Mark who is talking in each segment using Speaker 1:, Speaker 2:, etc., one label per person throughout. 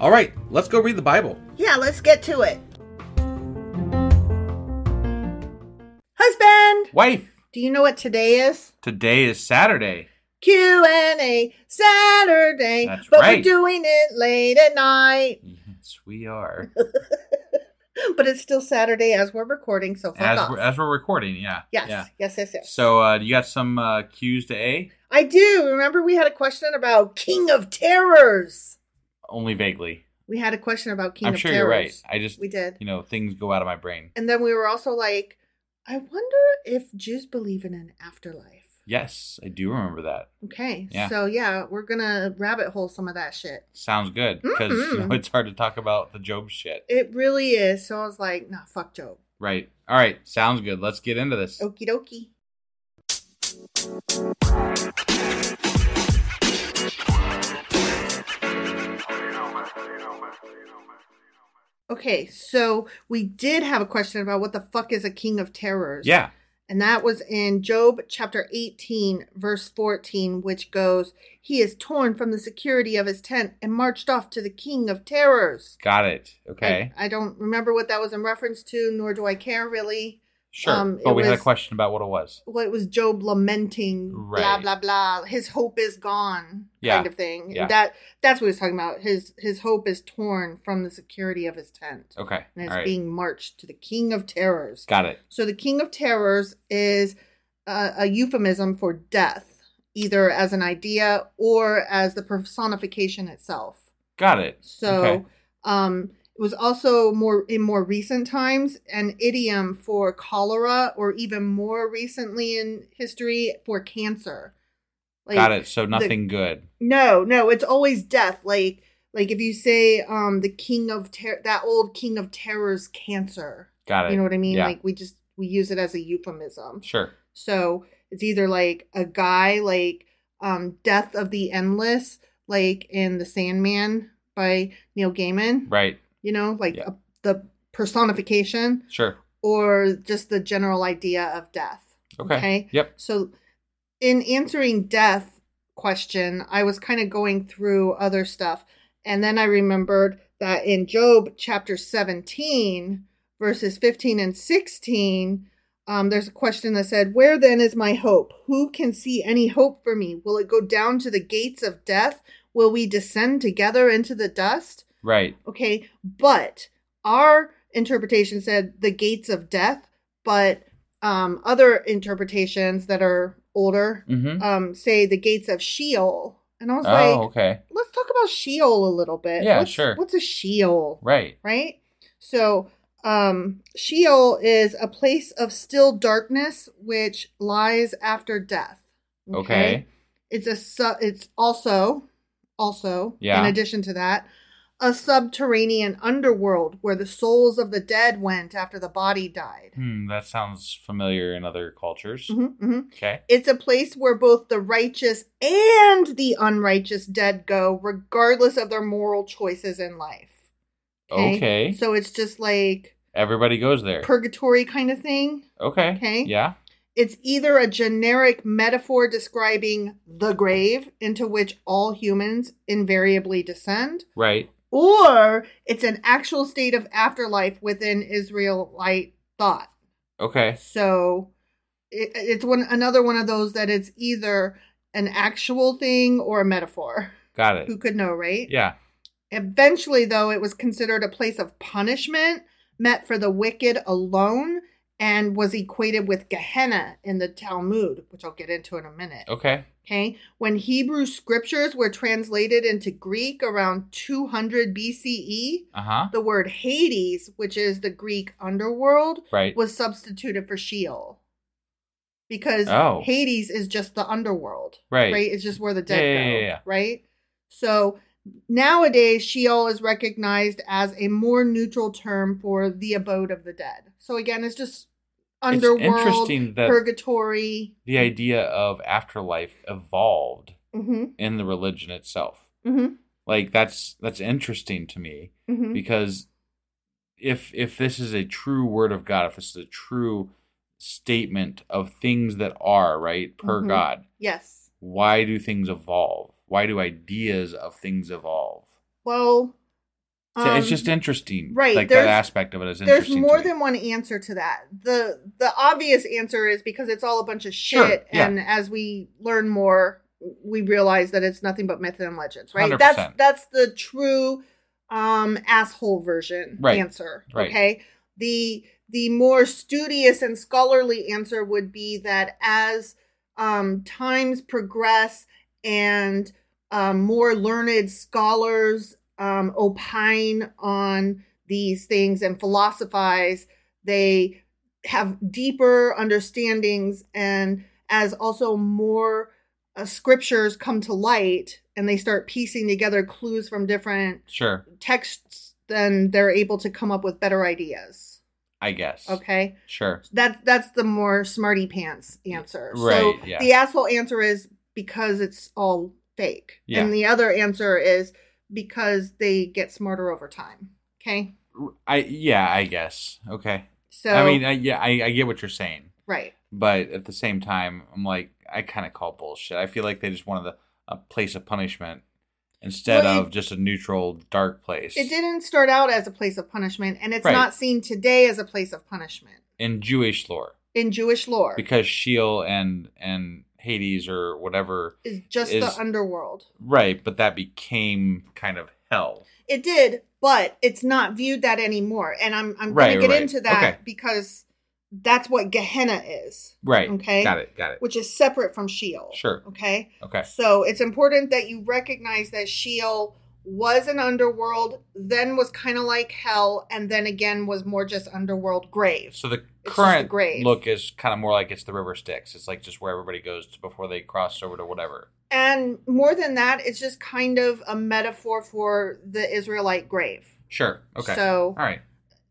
Speaker 1: All right, let's go read the Bible.
Speaker 2: Yeah, let's get to it. Husband,
Speaker 1: Wife,
Speaker 2: do you know what today is?
Speaker 1: today is Saturday.
Speaker 2: Q and A Saturday,
Speaker 1: That's
Speaker 2: but
Speaker 1: right.
Speaker 2: we're doing it late at night.
Speaker 1: Yes, we are.
Speaker 2: But it's still Saturday as we're recording, so fuck
Speaker 1: as
Speaker 2: off.
Speaker 1: we're, as we're recording, yeah.
Speaker 2: yes,
Speaker 1: Yeah.
Speaker 2: yes, yes, yes.
Speaker 1: So, uh, you got some uh, cues to A?
Speaker 2: I do remember we had a question about King of Terrors.
Speaker 1: Only vaguely.
Speaker 2: We had a question about King
Speaker 1: I'm
Speaker 2: of
Speaker 1: sure
Speaker 2: Terrors.
Speaker 1: you're right. I just,
Speaker 2: we did.
Speaker 1: you know, things go out of my brain.
Speaker 2: And then we were also like, I wonder if Jews believe in an afterlife.
Speaker 1: Yes, I do remember that.
Speaker 2: Okay.
Speaker 1: Yeah.
Speaker 2: So yeah, we're gonna rabbit hole some of that shit.
Speaker 1: Sounds good because you
Speaker 2: Mhm.
Speaker 1: know, it's hard to talk about the Job shit.
Speaker 2: It really is. So I was like, nah, fuck Job.
Speaker 1: Right. All right. Sounds good. Let's get into this.
Speaker 2: Okie dokie. Okay, so we did have a question about what the fuck is a king of terrors.
Speaker 1: Yeah.
Speaker 2: And that was in Job chapter 18, verse 14, which goes, He is torn from the security of his tent and marched off to the king of terrors.
Speaker 1: Got it. Okay.
Speaker 2: I, I don't remember what that was in reference to, nor do I care really.
Speaker 1: sure.
Speaker 2: um,
Speaker 1: but
Speaker 2: it
Speaker 1: we had a
Speaker 2: was-
Speaker 1: question about what it was.
Speaker 2: Well, it was Job lamenting, blah
Speaker 1: Right.
Speaker 2: blah blah. His hope is gone,
Speaker 1: Yeah.
Speaker 2: kind of thing.
Speaker 1: Yeah.
Speaker 2: That that's what he's talking about. His his hope is torn from the security of his tent,
Speaker 1: Okay.
Speaker 2: and it's
Speaker 1: Oh, All right.
Speaker 2: being marched to the king of terrors.
Speaker 1: Got it.
Speaker 2: So the king of terrors is a, a euphemism for death, either as an idea or as the personification itself.
Speaker 1: Got it.
Speaker 2: So
Speaker 1: Okay.
Speaker 2: um, it was also more in more recent times an idiom for cholera, or even more recently in history for cancer.
Speaker 1: Got it. So
Speaker 2: the-
Speaker 1: nothing good.
Speaker 2: No, no, it's always death. Like Like if you say um the king of ter- that old king of terror's cancer.
Speaker 1: Got it.
Speaker 2: You know what I mean?
Speaker 1: Yeah.
Speaker 2: Like we just we use it as a euphemism.
Speaker 1: Sure.
Speaker 2: So it's either like a guy like um Death of the Endless, like in The Sandman by Neil Gaiman.
Speaker 1: Right.
Speaker 2: You know, like
Speaker 1: Yeah.
Speaker 2: a, the personification
Speaker 1: Sure.
Speaker 2: or just the general idea of death.
Speaker 1: Okay.
Speaker 2: Okay.
Speaker 1: Yep.
Speaker 2: So, in answering death question, I was kind of going through other stuff, and then I remembered that in Job chapter seventeen, verses fifteen and sixteen. Um, there's a question that said, Where then is my hope? Who can see any hope for me? Will it go down to the gates of death? Will we descend together into the dust?
Speaker 1: Right.
Speaker 2: Okay, but our interpretation said the gates of death, but um, other interpretations that are older
Speaker 1: Mhm.
Speaker 2: um, say the gates of Sheol. And I was
Speaker 1: Oh,
Speaker 2: like,
Speaker 1: okay.
Speaker 2: let's talk about Sheol a little bit.
Speaker 1: Yeah,
Speaker 2: what's,
Speaker 1: sure.
Speaker 2: What's a Sheol?
Speaker 1: Right.
Speaker 2: right? So, um, Sheol is a place of still darkness which lies after death.
Speaker 1: Okay.
Speaker 2: It's a su- it's also also
Speaker 1: Yeah.
Speaker 2: in addition to that a subterranean underworld where the souls of the dead went after the body died.
Speaker 1: Hmm, that sounds familiar in other cultures.
Speaker 2: Mhm, mhm.
Speaker 1: Okay.
Speaker 2: It's a place where both the righteous and the unrighteous dead go, regardless of their moral choices in life.
Speaker 1: Okay.
Speaker 2: So it's just like
Speaker 1: Everybody goes there.
Speaker 2: purgatory kind of thing.
Speaker 1: okay.
Speaker 2: Okay.
Speaker 1: Yeah.
Speaker 2: It's either a generic metaphor describing the grave into which all humans invariably descend,
Speaker 1: Right.
Speaker 2: or it's an actual state of afterlife within Israelite thought.
Speaker 1: Okay.
Speaker 2: So it, it's one another one of those that it's either an actual thing or a metaphor.
Speaker 1: Got
Speaker 2: Who
Speaker 1: it.
Speaker 2: could know, right?
Speaker 1: Yeah.
Speaker 2: Eventually, though, it was considered a place of punishment meant for the wicked alone and was equated with Gehenna in the Talmud, which I'll get into in a minute.
Speaker 1: Okay.
Speaker 2: Okay. When Hebrew scriptures were translated into Greek around 200 BCE,
Speaker 1: Uh huh.
Speaker 2: the word Hades, which is the Greek underworld,
Speaker 1: Right.
Speaker 2: was substituted for Sheol. Because
Speaker 1: Oh.
Speaker 2: Hades is just the underworld.
Speaker 1: Right.
Speaker 2: Right? It's just where the dead
Speaker 1: Yeah, yeah,
Speaker 2: go.
Speaker 1: yeah, yeah.
Speaker 2: Right? So nowadays Sheol is recognized as a more neutral term for the abode of the dead. So again, it's just underworld,
Speaker 1: interesting that-
Speaker 2: purgatory.
Speaker 1: The idea of afterlife evolved
Speaker 2: hmm
Speaker 1: in the religion itself.
Speaker 2: hmm
Speaker 1: Like that's that's interesting to me
Speaker 2: hmm
Speaker 1: because if if this is a true word of God, if this is a true statement of things that are right per
Speaker 2: Mhm.
Speaker 1: God,
Speaker 2: Yes.
Speaker 1: why do things evolve? Why do ideas of things evolve?
Speaker 2: Well,
Speaker 1: So it's
Speaker 2: um,
Speaker 1: just interesting,
Speaker 2: right,
Speaker 1: Like that
Speaker 2: there's-
Speaker 1: aspect of it is
Speaker 2: there's
Speaker 1: interesting. to
Speaker 2: more
Speaker 1: me.
Speaker 2: than one answer to that. the The obvious answer is because it's all a bunch of shit,
Speaker 1: Sure, yeah.
Speaker 2: and as we learn more, we realize that it's nothing but myth and legends. Right?
Speaker 1: 100%.
Speaker 2: That's that's the true um asshole version
Speaker 1: Right,
Speaker 2: answer.
Speaker 1: right.
Speaker 2: Okay. The the more studious and scholarly answer would be that as um, times progress and um, more learned scholars um, opine on these things and philosophize, they have deeper understandings. And as also more uh, scriptures come to light and they start piecing together clues from different
Speaker 1: Sure,
Speaker 2: texts, then they're able to come up with better ideas.
Speaker 1: I guess.
Speaker 2: Okay.
Speaker 1: Sure.
Speaker 2: That that's the more smarty pants answer. so
Speaker 1: Right, yeah.
Speaker 2: the asshole answer is because it's all fake.
Speaker 1: Yeah.
Speaker 2: And the other answer is because they get smarter over time. Okay?
Speaker 1: I yeah, I guess. Okay.
Speaker 2: So
Speaker 1: I mean, I, yeah, I, I get what you're saying,
Speaker 2: right.
Speaker 1: but at the same time, I'm like, I kind of call bullshit. I feel like they just wanted a, a place of punishment instead
Speaker 2: Well, it-
Speaker 1: of just a neutral dark place.
Speaker 2: It didn't start out as a place of punishment and it's
Speaker 1: Right.
Speaker 2: not seen today as a place of punishment
Speaker 1: in Jewish lore
Speaker 2: in Jewish lore.
Speaker 1: because Sheol and and Hades or whatever,
Speaker 2: is just
Speaker 1: is-
Speaker 2: the underworld.
Speaker 1: right? But that became kind of hell.
Speaker 2: It did, but it's not viewed that anymore. And I'm I'm
Speaker 1: Right,
Speaker 2: gonna get
Speaker 1: right.
Speaker 2: into that
Speaker 1: Okay.
Speaker 2: because that's what Gehenna is.
Speaker 1: Right.
Speaker 2: Okay.
Speaker 1: Got it. Got it.
Speaker 2: which is separate from Sheol.
Speaker 1: Sure.
Speaker 2: Okay.
Speaker 1: Okay.
Speaker 2: So it's important that you recognize that Sheol was an underworld, then was kind of like hell, and then again was more just underworld graves.
Speaker 1: So the
Speaker 2: just
Speaker 1: current
Speaker 2: the grave.
Speaker 1: look is kind of more like it's the river Styx. It's like just where everybody goes to before they cross over to whatever.
Speaker 2: And more than that, it's just kind of a metaphor for the Israelite grave.
Speaker 1: Sure. Okay.
Speaker 2: So-
Speaker 1: all right.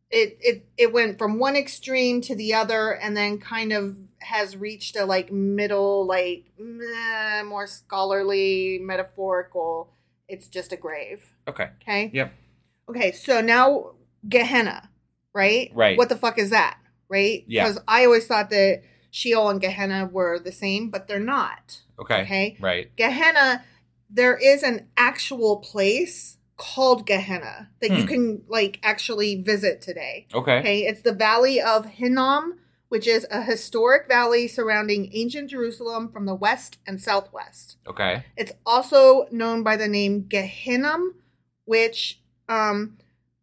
Speaker 2: It it it went from one extreme to the other, and then kind of has reached a like middle, like meh, more scholarly, metaphorical. It's just a grave.
Speaker 1: Okay.
Speaker 2: Okay.
Speaker 1: Yep.
Speaker 2: Okay, so now Gehenna, right?
Speaker 1: Right.
Speaker 2: What the fuck is that? Right?
Speaker 1: Yeah.
Speaker 2: Because I always thought that Sheol and Gehenna were the same, but they're not.
Speaker 1: Okay.
Speaker 2: Okay.
Speaker 1: Right.
Speaker 2: Gehenna, there is an actual place called Gehenna that you
Speaker 1: Hmm.
Speaker 2: can like actually visit today.
Speaker 1: Okay.
Speaker 2: Okay, it's the Valley of Hinnom, which is a historic valley surrounding ancient Jerusalem from the west and southwest.
Speaker 1: Okay.
Speaker 2: It's also known by the name Gehinnom, which um,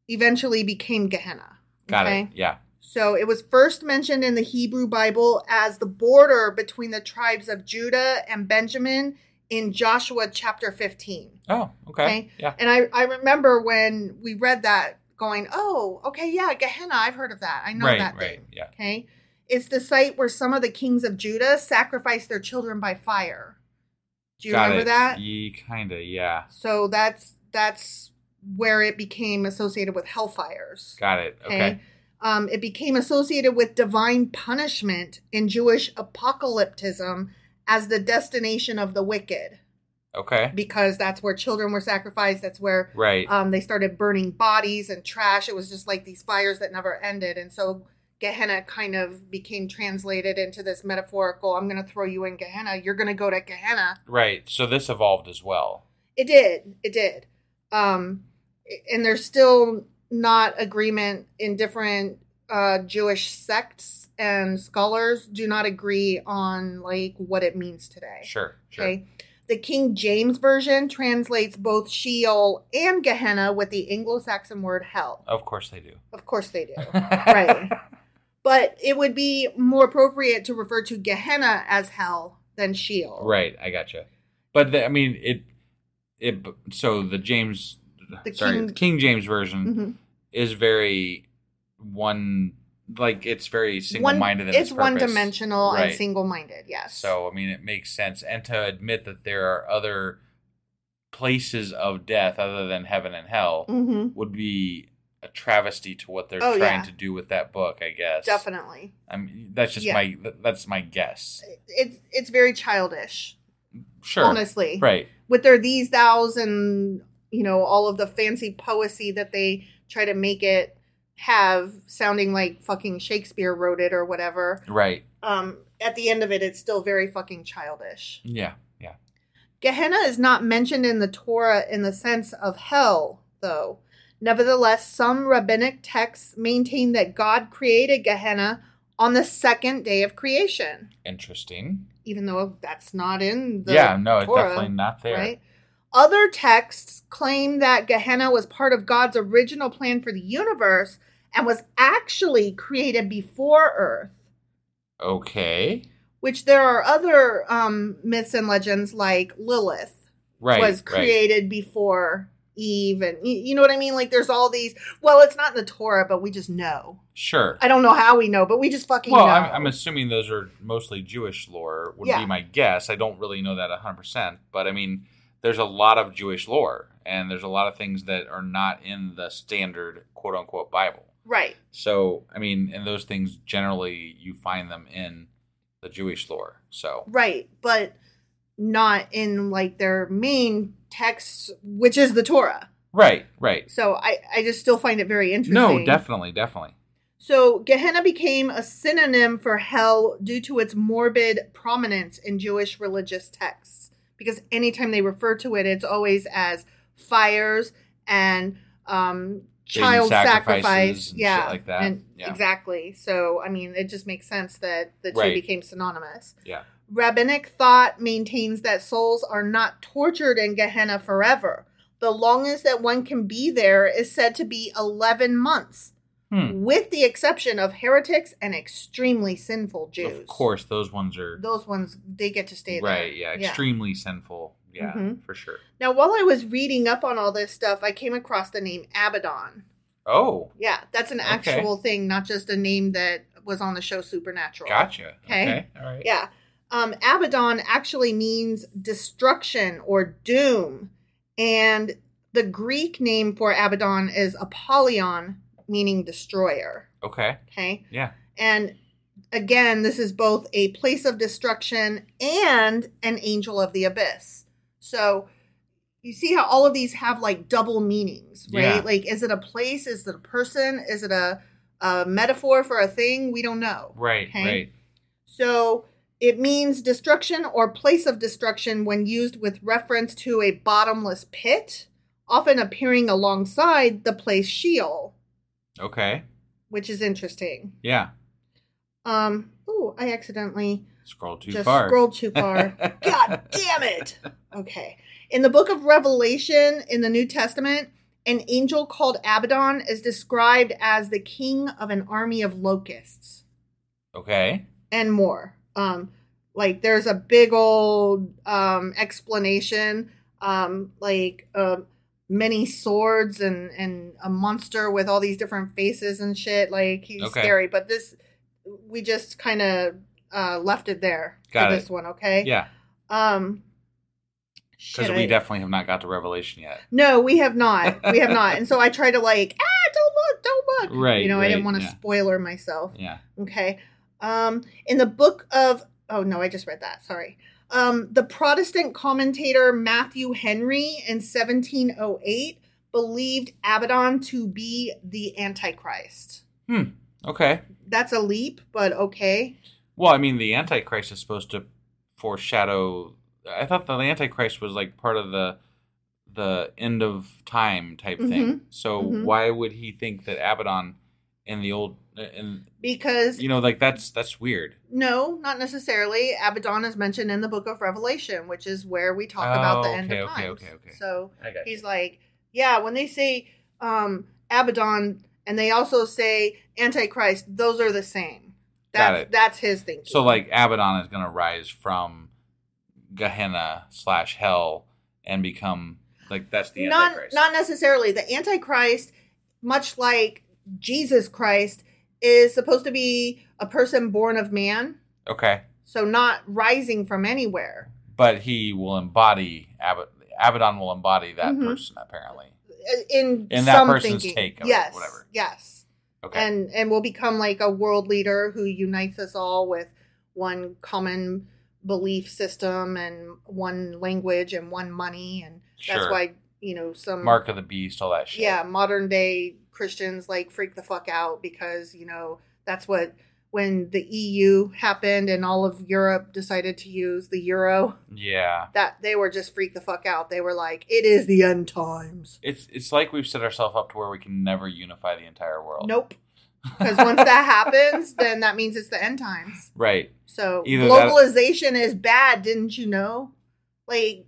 Speaker 2: eventually became Gehenna.
Speaker 1: Got it. Yeah.
Speaker 2: So it was first mentioned in the Hebrew Bible as the border between the tribes of Judah and Benjamin in Joshua chapter 15.
Speaker 1: Oh. Okay. Yeah.
Speaker 2: And I, I remember when we read that going, oh, okay, yeah, Gehenna, I've heard of that. I know
Speaker 1: Right,
Speaker 2: that
Speaker 1: right,
Speaker 2: thing.
Speaker 1: yeah.
Speaker 2: Okay. It's the site where some of the kings of Judah sacrificed their children by fire. Do you
Speaker 1: Got
Speaker 2: remember
Speaker 1: it.
Speaker 2: that?
Speaker 1: Ye kinda. Yeah.
Speaker 2: So that's that's where it became associated with hellfires.
Speaker 1: Got it. Okay.
Speaker 2: Um, it became associated with divine punishment in Jewish apocalypticism as the destination of the wicked,
Speaker 1: Okay.
Speaker 2: because that's where children were sacrificed. That's where
Speaker 1: Right.
Speaker 2: um, they started burning bodies and trash. It was just like these fires that never ended. And so Gehenna kind of became translated into this metaphorical I'm going to throw you in Gehenna. You're going to go to Gehenna.
Speaker 1: right. So this evolved as well.
Speaker 2: It did. It did. Um, and there's still not agreement in different uh, Jewish sects and scholars do not agree on like what it means today.
Speaker 1: Sure. Sure.
Speaker 2: Okay. The King James version translates both Sheol and Gehenna with the Anglo-Saxon word hell.
Speaker 1: Of course they do.
Speaker 2: Of course they do. right. But it would be more appropriate to refer to Gehenna as hell than Sheol.
Speaker 1: Right. I gotcha. But the, I mean it. It. So the James.
Speaker 2: The
Speaker 1: sorry.
Speaker 2: King-
Speaker 1: the King James version
Speaker 2: Mhm.
Speaker 1: is very one. Like it's very single-minded.
Speaker 2: One,
Speaker 1: in
Speaker 2: it's one
Speaker 1: purpose.
Speaker 2: dimensional and
Speaker 1: Right.
Speaker 2: single minded. Yes.
Speaker 1: So I mean, it makes sense, and to admit that there are other places of death other than heaven and hell
Speaker 2: Mhm.
Speaker 1: would be a travesty to what they're
Speaker 2: Oh,
Speaker 1: trying
Speaker 2: yeah.
Speaker 1: to do with that book. I guess
Speaker 2: definitely,
Speaker 1: I mean, that's just
Speaker 2: Yeah.
Speaker 1: my th- that's my guess.
Speaker 2: it's it's very childish.
Speaker 1: Sure,
Speaker 2: Honestly,
Speaker 1: right?
Speaker 2: With their these thous and you know all of the fancy poesy that they try to make it have sounding like fucking Shakespeare wrote it or whatever.
Speaker 1: Right?
Speaker 2: Um, at the end of it, it's still very fucking childish.
Speaker 1: Yeah, yeah.
Speaker 2: Gehenna is not mentioned in the Torah in the sense of hell, though. Nevertheless, some rabbinic texts maintain that God created Gehenna on the second day of creation,
Speaker 1: Interesting.
Speaker 2: even though that's not in the
Speaker 1: yeah, no, it's
Speaker 2: Torah,
Speaker 1: definitely not there.
Speaker 2: Right? Other texts claim that Gehenna was part of God's original plan for the universe and was actually created before Earth
Speaker 1: Okay,
Speaker 2: which there are other um, myths and legends like Lilith
Speaker 1: right?
Speaker 2: was
Speaker 1: right.
Speaker 2: created before Eve, and you, you know what I mean. Like there's all these. Well, it's not in the Torah, but we just know.
Speaker 1: Sure.
Speaker 2: I don't know how we know, but we just fucking
Speaker 1: well,
Speaker 2: know.
Speaker 1: I'm, I'm assuming those are mostly Jewish lore, would
Speaker 2: Yeah.
Speaker 1: be my guess. I don't really know that 100%, but I mean, there's a lot of Jewish lore, and there's a lot of things that are not in the standard quote unquote Bible.
Speaker 2: right.
Speaker 1: So, I mean, and those things generally you find them in the Jewish lore. So,
Speaker 2: Right, but not in like their main text, which is the Torah.
Speaker 1: right, right.
Speaker 2: So I, I just still find it very interesting.
Speaker 1: No, definitely, definitely.
Speaker 2: So Gehenna became a synonym for hell due to its morbid prominence in Jewish religious texts. Because anytime they refer to it, it's always as fires and um,
Speaker 1: Baby
Speaker 2: child
Speaker 1: sacrifices
Speaker 2: sacrifice.
Speaker 1: and
Speaker 2: yeah.
Speaker 1: shit like that.
Speaker 2: And
Speaker 1: Yeah.
Speaker 2: Exactly. So, I mean, it just makes sense that the two
Speaker 1: Right.
Speaker 2: became synonymous.
Speaker 1: Yeah.
Speaker 2: Rabbinic thought maintains that souls are not tortured in Gehenna forever. The longest that one can be there is said to be 11 months,
Speaker 1: Hmm.
Speaker 2: with the exception of heretics and extremely sinful Jews.
Speaker 1: Of course, those ones are,
Speaker 2: Those ones, they get to stay there.
Speaker 1: right, yeah, extremely sinful. Yeah,
Speaker 2: Mhm.
Speaker 1: for sure.
Speaker 2: Now, while I was reading up on all this stuff, I came across the name Abaddon.
Speaker 1: Oh,
Speaker 2: Yeah, that's an
Speaker 1: Okay.
Speaker 2: actual thing, not just a name that was on the show Supernatural.
Speaker 1: gotcha.
Speaker 2: Okay.
Speaker 1: All right.
Speaker 2: Yeah. um, Abaddon actually means destruction or doom. And the Greek name for Abaddon is Apollyon, meaning destroyer.
Speaker 1: Okay.
Speaker 2: Okay.
Speaker 1: Yeah.
Speaker 2: And again, this is both a place of destruction and an angel of the abyss. So you see how all of these have like double meanings, right?
Speaker 1: Yeah.
Speaker 2: Like, is it a place? Is it a person? Is it a, a metaphor for a thing? We don't know.
Speaker 1: Right.
Speaker 2: Okay?
Speaker 1: Right.
Speaker 2: So it means destruction or place of destruction when used with reference to a bottomless pit, often appearing alongside the place Sheol,
Speaker 1: Okay.
Speaker 2: which is interesting.
Speaker 1: Yeah.
Speaker 2: Um, oh, I accidentally
Speaker 1: Scroll too
Speaker 2: just
Speaker 1: far.
Speaker 2: scrolled too far. God damn it. Okay. In the book of Revelation in the New Testament, an angel called Abaddon is described as the king of an army of locusts.
Speaker 1: Okay.
Speaker 2: and more. Um, like there's a big old um, explanation, um, like um many swords and and a monster with all these different faces and shit. Like he's
Speaker 1: Okay.
Speaker 2: scary, but this we just kind of uh, left it there
Speaker 1: Got
Speaker 2: for
Speaker 1: it.
Speaker 2: this one. Okay.
Speaker 1: Yeah.
Speaker 2: Um.
Speaker 1: Because
Speaker 2: shit,
Speaker 1: we
Speaker 2: I-
Speaker 1: definitely have not got to Revelation yet.
Speaker 2: no, we have not. We have not. And so I try to like, ah, don't look, don't look.
Speaker 1: Right,
Speaker 2: You know, I didn't
Speaker 1: right,
Speaker 2: want to
Speaker 1: yeah.
Speaker 2: spoiler myself.
Speaker 1: Yeah.
Speaker 2: Okay. Um, in the book of, oh no, I just read that. Sorry. Um, the Protestant commentator Matthew Henry in 1708 believed Abaddon to be the Antichrist.
Speaker 1: Hmm. Okay.
Speaker 2: That's a leap, but okay.
Speaker 1: Well, I mean, the Antichrist is supposed to foreshadow. I thought the Antichrist was like part of the the end of time type
Speaker 2: Mm-hmm,
Speaker 1: thing. So
Speaker 2: Mhm.
Speaker 1: why would he think that Abaddon in the old and
Speaker 2: Because,
Speaker 1: you know like that's that's weird.
Speaker 2: no, not necessarily. Abaddon is mentioned in the book of Revelation, which is where we talk about the
Speaker 1: Oh,
Speaker 2: end
Speaker 1: okay,
Speaker 2: of
Speaker 1: okay,
Speaker 2: times.
Speaker 1: okay, okay.
Speaker 2: So
Speaker 1: I got
Speaker 2: he's like, yeah, when they say um, Abaddon and they also say Antichrist, those are the same.
Speaker 1: Got
Speaker 2: That's,
Speaker 1: it.
Speaker 2: that's his thinking.
Speaker 1: So like Abaddon is going to rise from Gehenna slash hell and become like that's the
Speaker 2: not,
Speaker 1: Antichrist.
Speaker 2: not necessarily. The Antichrist, much like Jesus Christ, is supposed to be a person born of man,
Speaker 1: okay,
Speaker 2: so not rising from anywhere.
Speaker 1: but he will embody Ab- Abaddon will embody that
Speaker 2: Mhm.
Speaker 1: person apparently.
Speaker 2: Uh, In,
Speaker 1: In that
Speaker 2: some
Speaker 1: person's
Speaker 2: thinking.
Speaker 1: take of it,
Speaker 2: yes,
Speaker 1: whatever.
Speaker 2: Yes.
Speaker 1: Okay.
Speaker 2: and and will become like a world leader who unites us all with one common belief system and one language and one money and that's
Speaker 1: Sure.
Speaker 2: why you know some
Speaker 1: Mark of the Beast, all that shit.
Speaker 2: yeah modern day christians like freak the fuck out because you know that's what when the eu happened and all of europe decided to use the euro
Speaker 1: Yeah.
Speaker 2: that they were just freak the fuck out they were like it is the end times
Speaker 1: It's it's like we've set ourselves up to where we can never unify the entire world.
Speaker 2: nope because once that happens then that means it's the end times
Speaker 1: Right.
Speaker 2: So
Speaker 1: Either that-
Speaker 2: globalization is bad, didn't you know? Like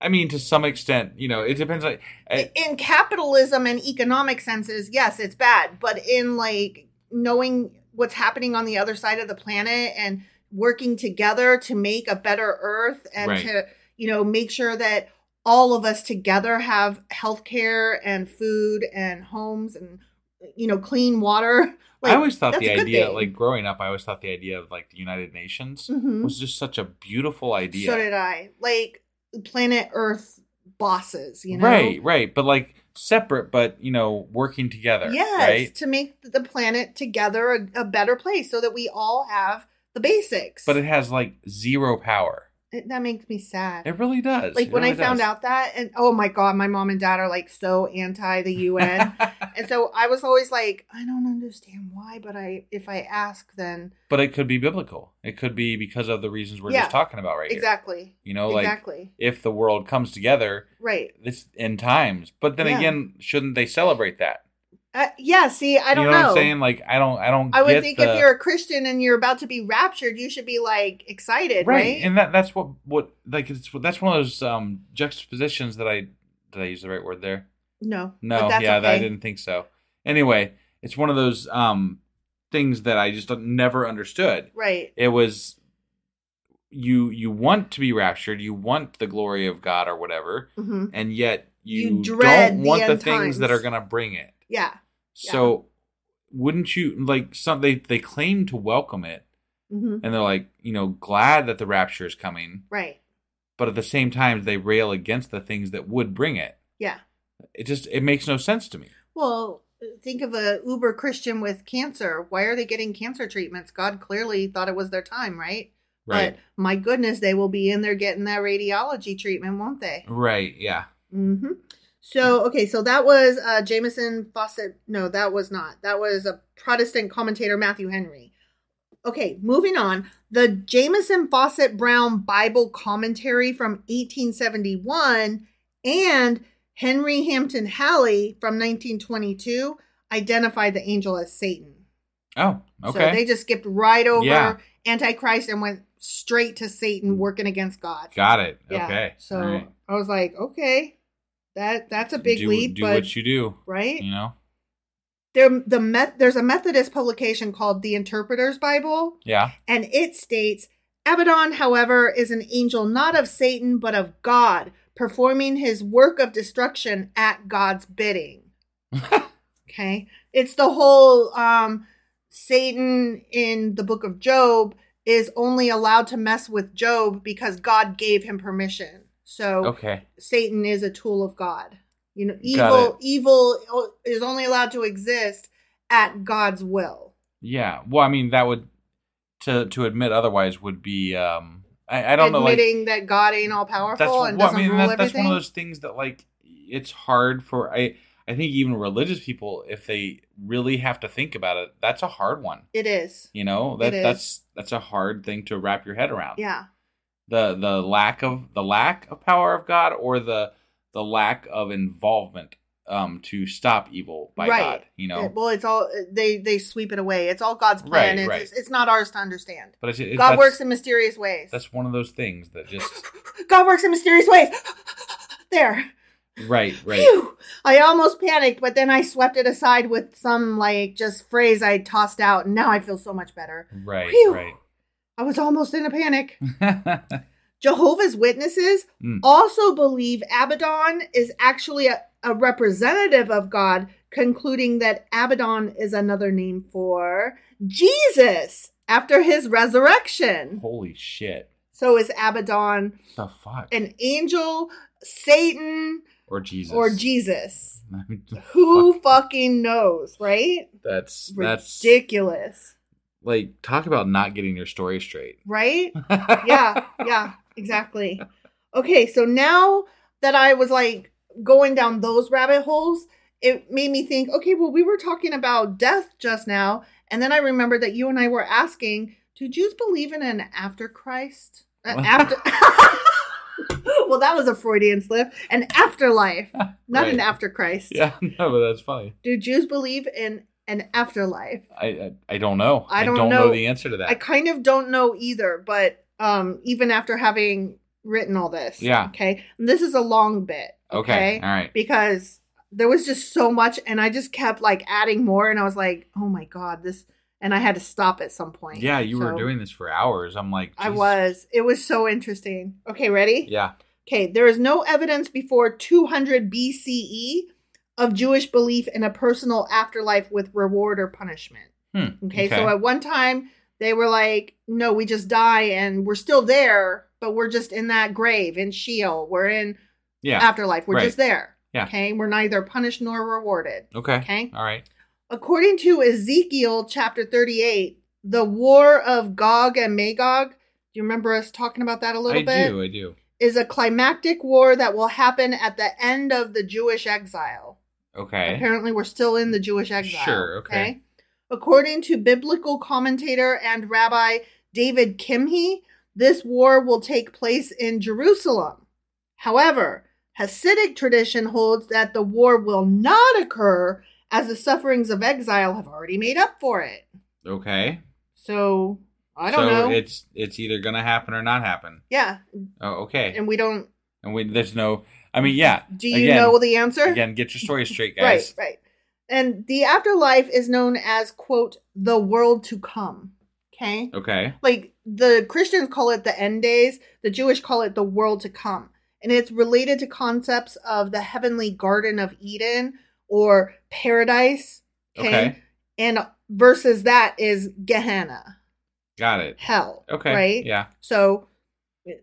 Speaker 1: I mean, to some extent, you know, it depends. Like, I,
Speaker 2: in capitalism and economic senses, yes, it's bad, but in like knowing what's happening on the other side of the planet and working together to make a better earth and
Speaker 1: Right.
Speaker 2: to, you know, make sure that all of us together have healthcare and food and homes and you know, clean water.
Speaker 1: I always thought the
Speaker 2: that's a good
Speaker 1: idea,
Speaker 2: thing.
Speaker 1: like growing up, I always thought the idea of like the United Nations
Speaker 2: Mhm.
Speaker 1: was just such a beautiful idea.
Speaker 2: So did I. Like planet Earth bosses, you know.
Speaker 1: Right, right. But like separate, but, you know, working together.
Speaker 2: Yes,
Speaker 1: Right.
Speaker 2: to make the planet together a, a better place so that we all have the basics.
Speaker 1: But it has like zero power.
Speaker 2: It- that makes me sad.
Speaker 1: It really does.
Speaker 2: like
Speaker 1: It
Speaker 2: when I
Speaker 1: really
Speaker 2: found
Speaker 1: does.
Speaker 2: out that, and oh my god, my mom and dad are like so anti the UN, and so I was always like, I don't understand why, but I if I ask, then
Speaker 1: But it could be biblical. It could be because of the reasons we're
Speaker 2: Yeah.
Speaker 1: just talking about right here.
Speaker 2: exactly,
Speaker 1: You know, like
Speaker 2: exactly,
Speaker 1: if the world comes together,
Speaker 2: right.
Speaker 1: this in times. But then
Speaker 2: Yeah.
Speaker 1: again, shouldn't they celebrate that?
Speaker 2: Uh, yeah, see, I don't
Speaker 1: you know, what I'm saying? Like I don't I don't
Speaker 2: I would
Speaker 1: get
Speaker 2: think
Speaker 1: the-
Speaker 2: if you're a Christian and you're about to be raptured, you should be like excited,
Speaker 1: right.
Speaker 2: right?
Speaker 1: And that that's what what like it's that's one of those um juxtapositions that I did I use the right word there?
Speaker 2: no,
Speaker 1: No,
Speaker 2: but that's
Speaker 1: yeah, that- I
Speaker 2: okay.
Speaker 1: didn't think so. Anyway, it's one of those um things that I just never understood.
Speaker 2: Right,
Speaker 1: It was you you want to be raptured, you want the glory of God or whatever,
Speaker 2: hmm
Speaker 1: and yet
Speaker 2: You
Speaker 1: you,
Speaker 2: dread
Speaker 1: don't
Speaker 2: the
Speaker 1: want the
Speaker 2: end
Speaker 1: things that
Speaker 2: times.
Speaker 1: are going to bring it.
Speaker 2: yeah.
Speaker 1: So wouldn't you like some they they claim to welcome it,
Speaker 2: hmm
Speaker 1: and they're like, you know, glad that the rapture is coming,
Speaker 2: Right.
Speaker 1: but at the same time they rail against the things that would bring it.
Speaker 2: Yeah.
Speaker 1: It just it makes no sense to me.
Speaker 2: Well, think of a uber Christian with cancer. Why are they getting cancer treatments? God clearly thought it was their time, right?
Speaker 1: Right.
Speaker 2: But my goodness, they will be in there getting that radiology treatment, won't they?
Speaker 1: Right, yeah.
Speaker 2: Mm-hmm. So, okay, so that was uh, Jameson Fawcett. No, that was not. That was a Protestant commentator, Matthew Henry. Okay, moving on. The Jameson Fawcett Brown Bible Commentary from 1871 and Henry Hampton Halley from 1922 identify the angel as Satan.
Speaker 1: Oh,
Speaker 2: So
Speaker 1: okay.
Speaker 2: they just skipped right over
Speaker 1: Yeah. Mm.
Speaker 2: Antichrist and went straight to Satan working against God.
Speaker 1: Got it.
Speaker 2: Yeah.
Speaker 1: Okay.
Speaker 2: So
Speaker 1: All right.
Speaker 2: I was like, okay, that that's a big
Speaker 1: do,
Speaker 2: leap,
Speaker 1: Do
Speaker 2: but
Speaker 1: what you do.
Speaker 2: right
Speaker 1: You know?
Speaker 2: there, the Met, there's a Methodist publication called The Interpreter's Bible,
Speaker 1: Yeah.
Speaker 2: and it states Abaddon, however, is an angel not of Satan but of God, performing his work of destruction at God's bidding. okay, it's the whole um, Satan in the Book of Job is only allowed to mess with Job because God gave him permission. So
Speaker 1: Okay.
Speaker 2: Satan is a tool of God. You know,
Speaker 1: Got
Speaker 2: evil evil o- is only allowed to exist at God's will.
Speaker 1: Yeah. Well, I mean, that would to to admit otherwise would be um I, I don't know like
Speaker 2: Admitting that God ain't all
Speaker 1: that's
Speaker 2: powerful and
Speaker 1: well, I
Speaker 2: doesn't
Speaker 1: mean
Speaker 2: rule
Speaker 1: that, that's
Speaker 2: everything.
Speaker 1: one of those things that like it's hard for I I think even religious people if they really have to think about it, that's a hard one.
Speaker 2: it is.
Speaker 1: You know, that
Speaker 2: It is.
Speaker 1: that's that's a hard thing to wrap your head around.
Speaker 2: Yeah.
Speaker 1: The the lack of the lack of power of God or the the lack of involvement um to stop evil by
Speaker 2: right.
Speaker 1: God, you know.
Speaker 2: It- well, it's all they they sweep it away. It's all God's
Speaker 1: Right,
Speaker 2: plan. it's,
Speaker 1: right.
Speaker 2: it's, it's not ours to understand.
Speaker 1: But it's, it,
Speaker 2: God
Speaker 1: that's-
Speaker 2: works in mysterious ways.
Speaker 1: That's one of those things that just
Speaker 2: God works in mysterious ways. there.
Speaker 1: right, right.
Speaker 2: Phew. I almost panicked, but then I swept it aside with some like just phrase I tossed out, and now I feel so much better.
Speaker 1: Right,
Speaker 2: Phew.
Speaker 1: right.
Speaker 2: I was almost in a panic. Jehovah's Witnesses
Speaker 1: Mm.
Speaker 2: also believe Abaddon is actually a, a representative of God, concluding that Abaddon is another name for Jesus after his resurrection.
Speaker 1: Holy shit.
Speaker 2: So is Abaddon
Speaker 1: The fuck?
Speaker 2: an angel, Satan,
Speaker 1: or Jesus.
Speaker 2: or Jesus?
Speaker 1: The
Speaker 2: Who
Speaker 1: fuck?
Speaker 2: fucking knows, right?
Speaker 1: That's that's
Speaker 2: Ridiculous,
Speaker 1: like talk about not getting your story straight.
Speaker 2: right? yeah, yeah, exactly. Okay, so now that I was like going down those rabbit holes, it made me think, okay, well, we were talking about death just now, and then I remembered that you and I were asking, do Jews believe in an after Christ? Uh, after Well, that was a Freudian slip. An afterlife, not an
Speaker 1: Right.
Speaker 2: after Christ.
Speaker 1: Yeah, no, but that's funny.
Speaker 2: Do Jews believe in an afterlife?
Speaker 1: I I, I don't know.
Speaker 2: I don't
Speaker 1: know.
Speaker 2: know.
Speaker 1: the answer to that.
Speaker 2: I kind of don't know either, but um, even after having written all this,
Speaker 1: Yeah.
Speaker 2: okay, and this is a long bit,
Speaker 1: okay.
Speaker 2: okay,
Speaker 1: All right.
Speaker 2: because there was just so much, and I just kept like adding more, and I was like, oh my god, this, and I had to stop at some point.
Speaker 1: Yeah, you were
Speaker 2: So,
Speaker 1: doing this for hours. I'm like
Speaker 2: I
Speaker 1: Jesus.
Speaker 2: was. It was so interesting. Okay, ready?
Speaker 1: Yeah.
Speaker 2: Okay, there is no evidence before 200 BCE E of Jewish belief in a personal afterlife with reward or punishment.
Speaker 1: Hmm.
Speaker 2: Okay, so at one time they were like, no, we just die and we're still there, but we're just in that grave in Sheol. We're in
Speaker 1: yeah.
Speaker 2: afterlife. We're
Speaker 1: right.
Speaker 2: just there.
Speaker 1: Yeah.
Speaker 2: Okay, we're neither punished nor rewarded.
Speaker 1: okay.
Speaker 2: okay.
Speaker 1: All right.
Speaker 2: According to Ezekiel chapter 38, the war of Gog and Magog, do you remember us talking about that a little
Speaker 1: I
Speaker 2: bit?
Speaker 1: do. I do.
Speaker 2: Is a climactic war that will happen at the end of the Jewish exile.
Speaker 1: Okay.
Speaker 2: Apparently, we're still in the Jewish exile.
Speaker 1: Sure, okay.
Speaker 2: According to biblical commentator and Rabbi David Kimhi, this war will take place in Jerusalem. However, Hasidic tradition holds that the war will not occur as the sufferings of exile have already made up for it.
Speaker 1: Okay.
Speaker 2: So, I don't
Speaker 1: so
Speaker 2: know.
Speaker 1: it's it's either gonna happen or not happen.
Speaker 2: yeah,
Speaker 1: Oh, okay.
Speaker 2: and we don't.
Speaker 1: And we, there's no, I mean, yeah.
Speaker 2: Do you
Speaker 1: Again-
Speaker 2: know the answer?
Speaker 1: Again, get your story straight, guys.
Speaker 2: Right, right. And the afterlife is known as, quote, the world to come. Okay?
Speaker 1: Okay.
Speaker 2: Like the Christians call it the end days, the Jewish call it the world to come. And it's related to concepts of the heavenly garden of Eden or paradise.
Speaker 1: Okay.
Speaker 2: And versus that is Gehenna.
Speaker 1: Got it.
Speaker 2: hell.
Speaker 1: Okay.
Speaker 2: Right?
Speaker 1: Yeah.
Speaker 2: So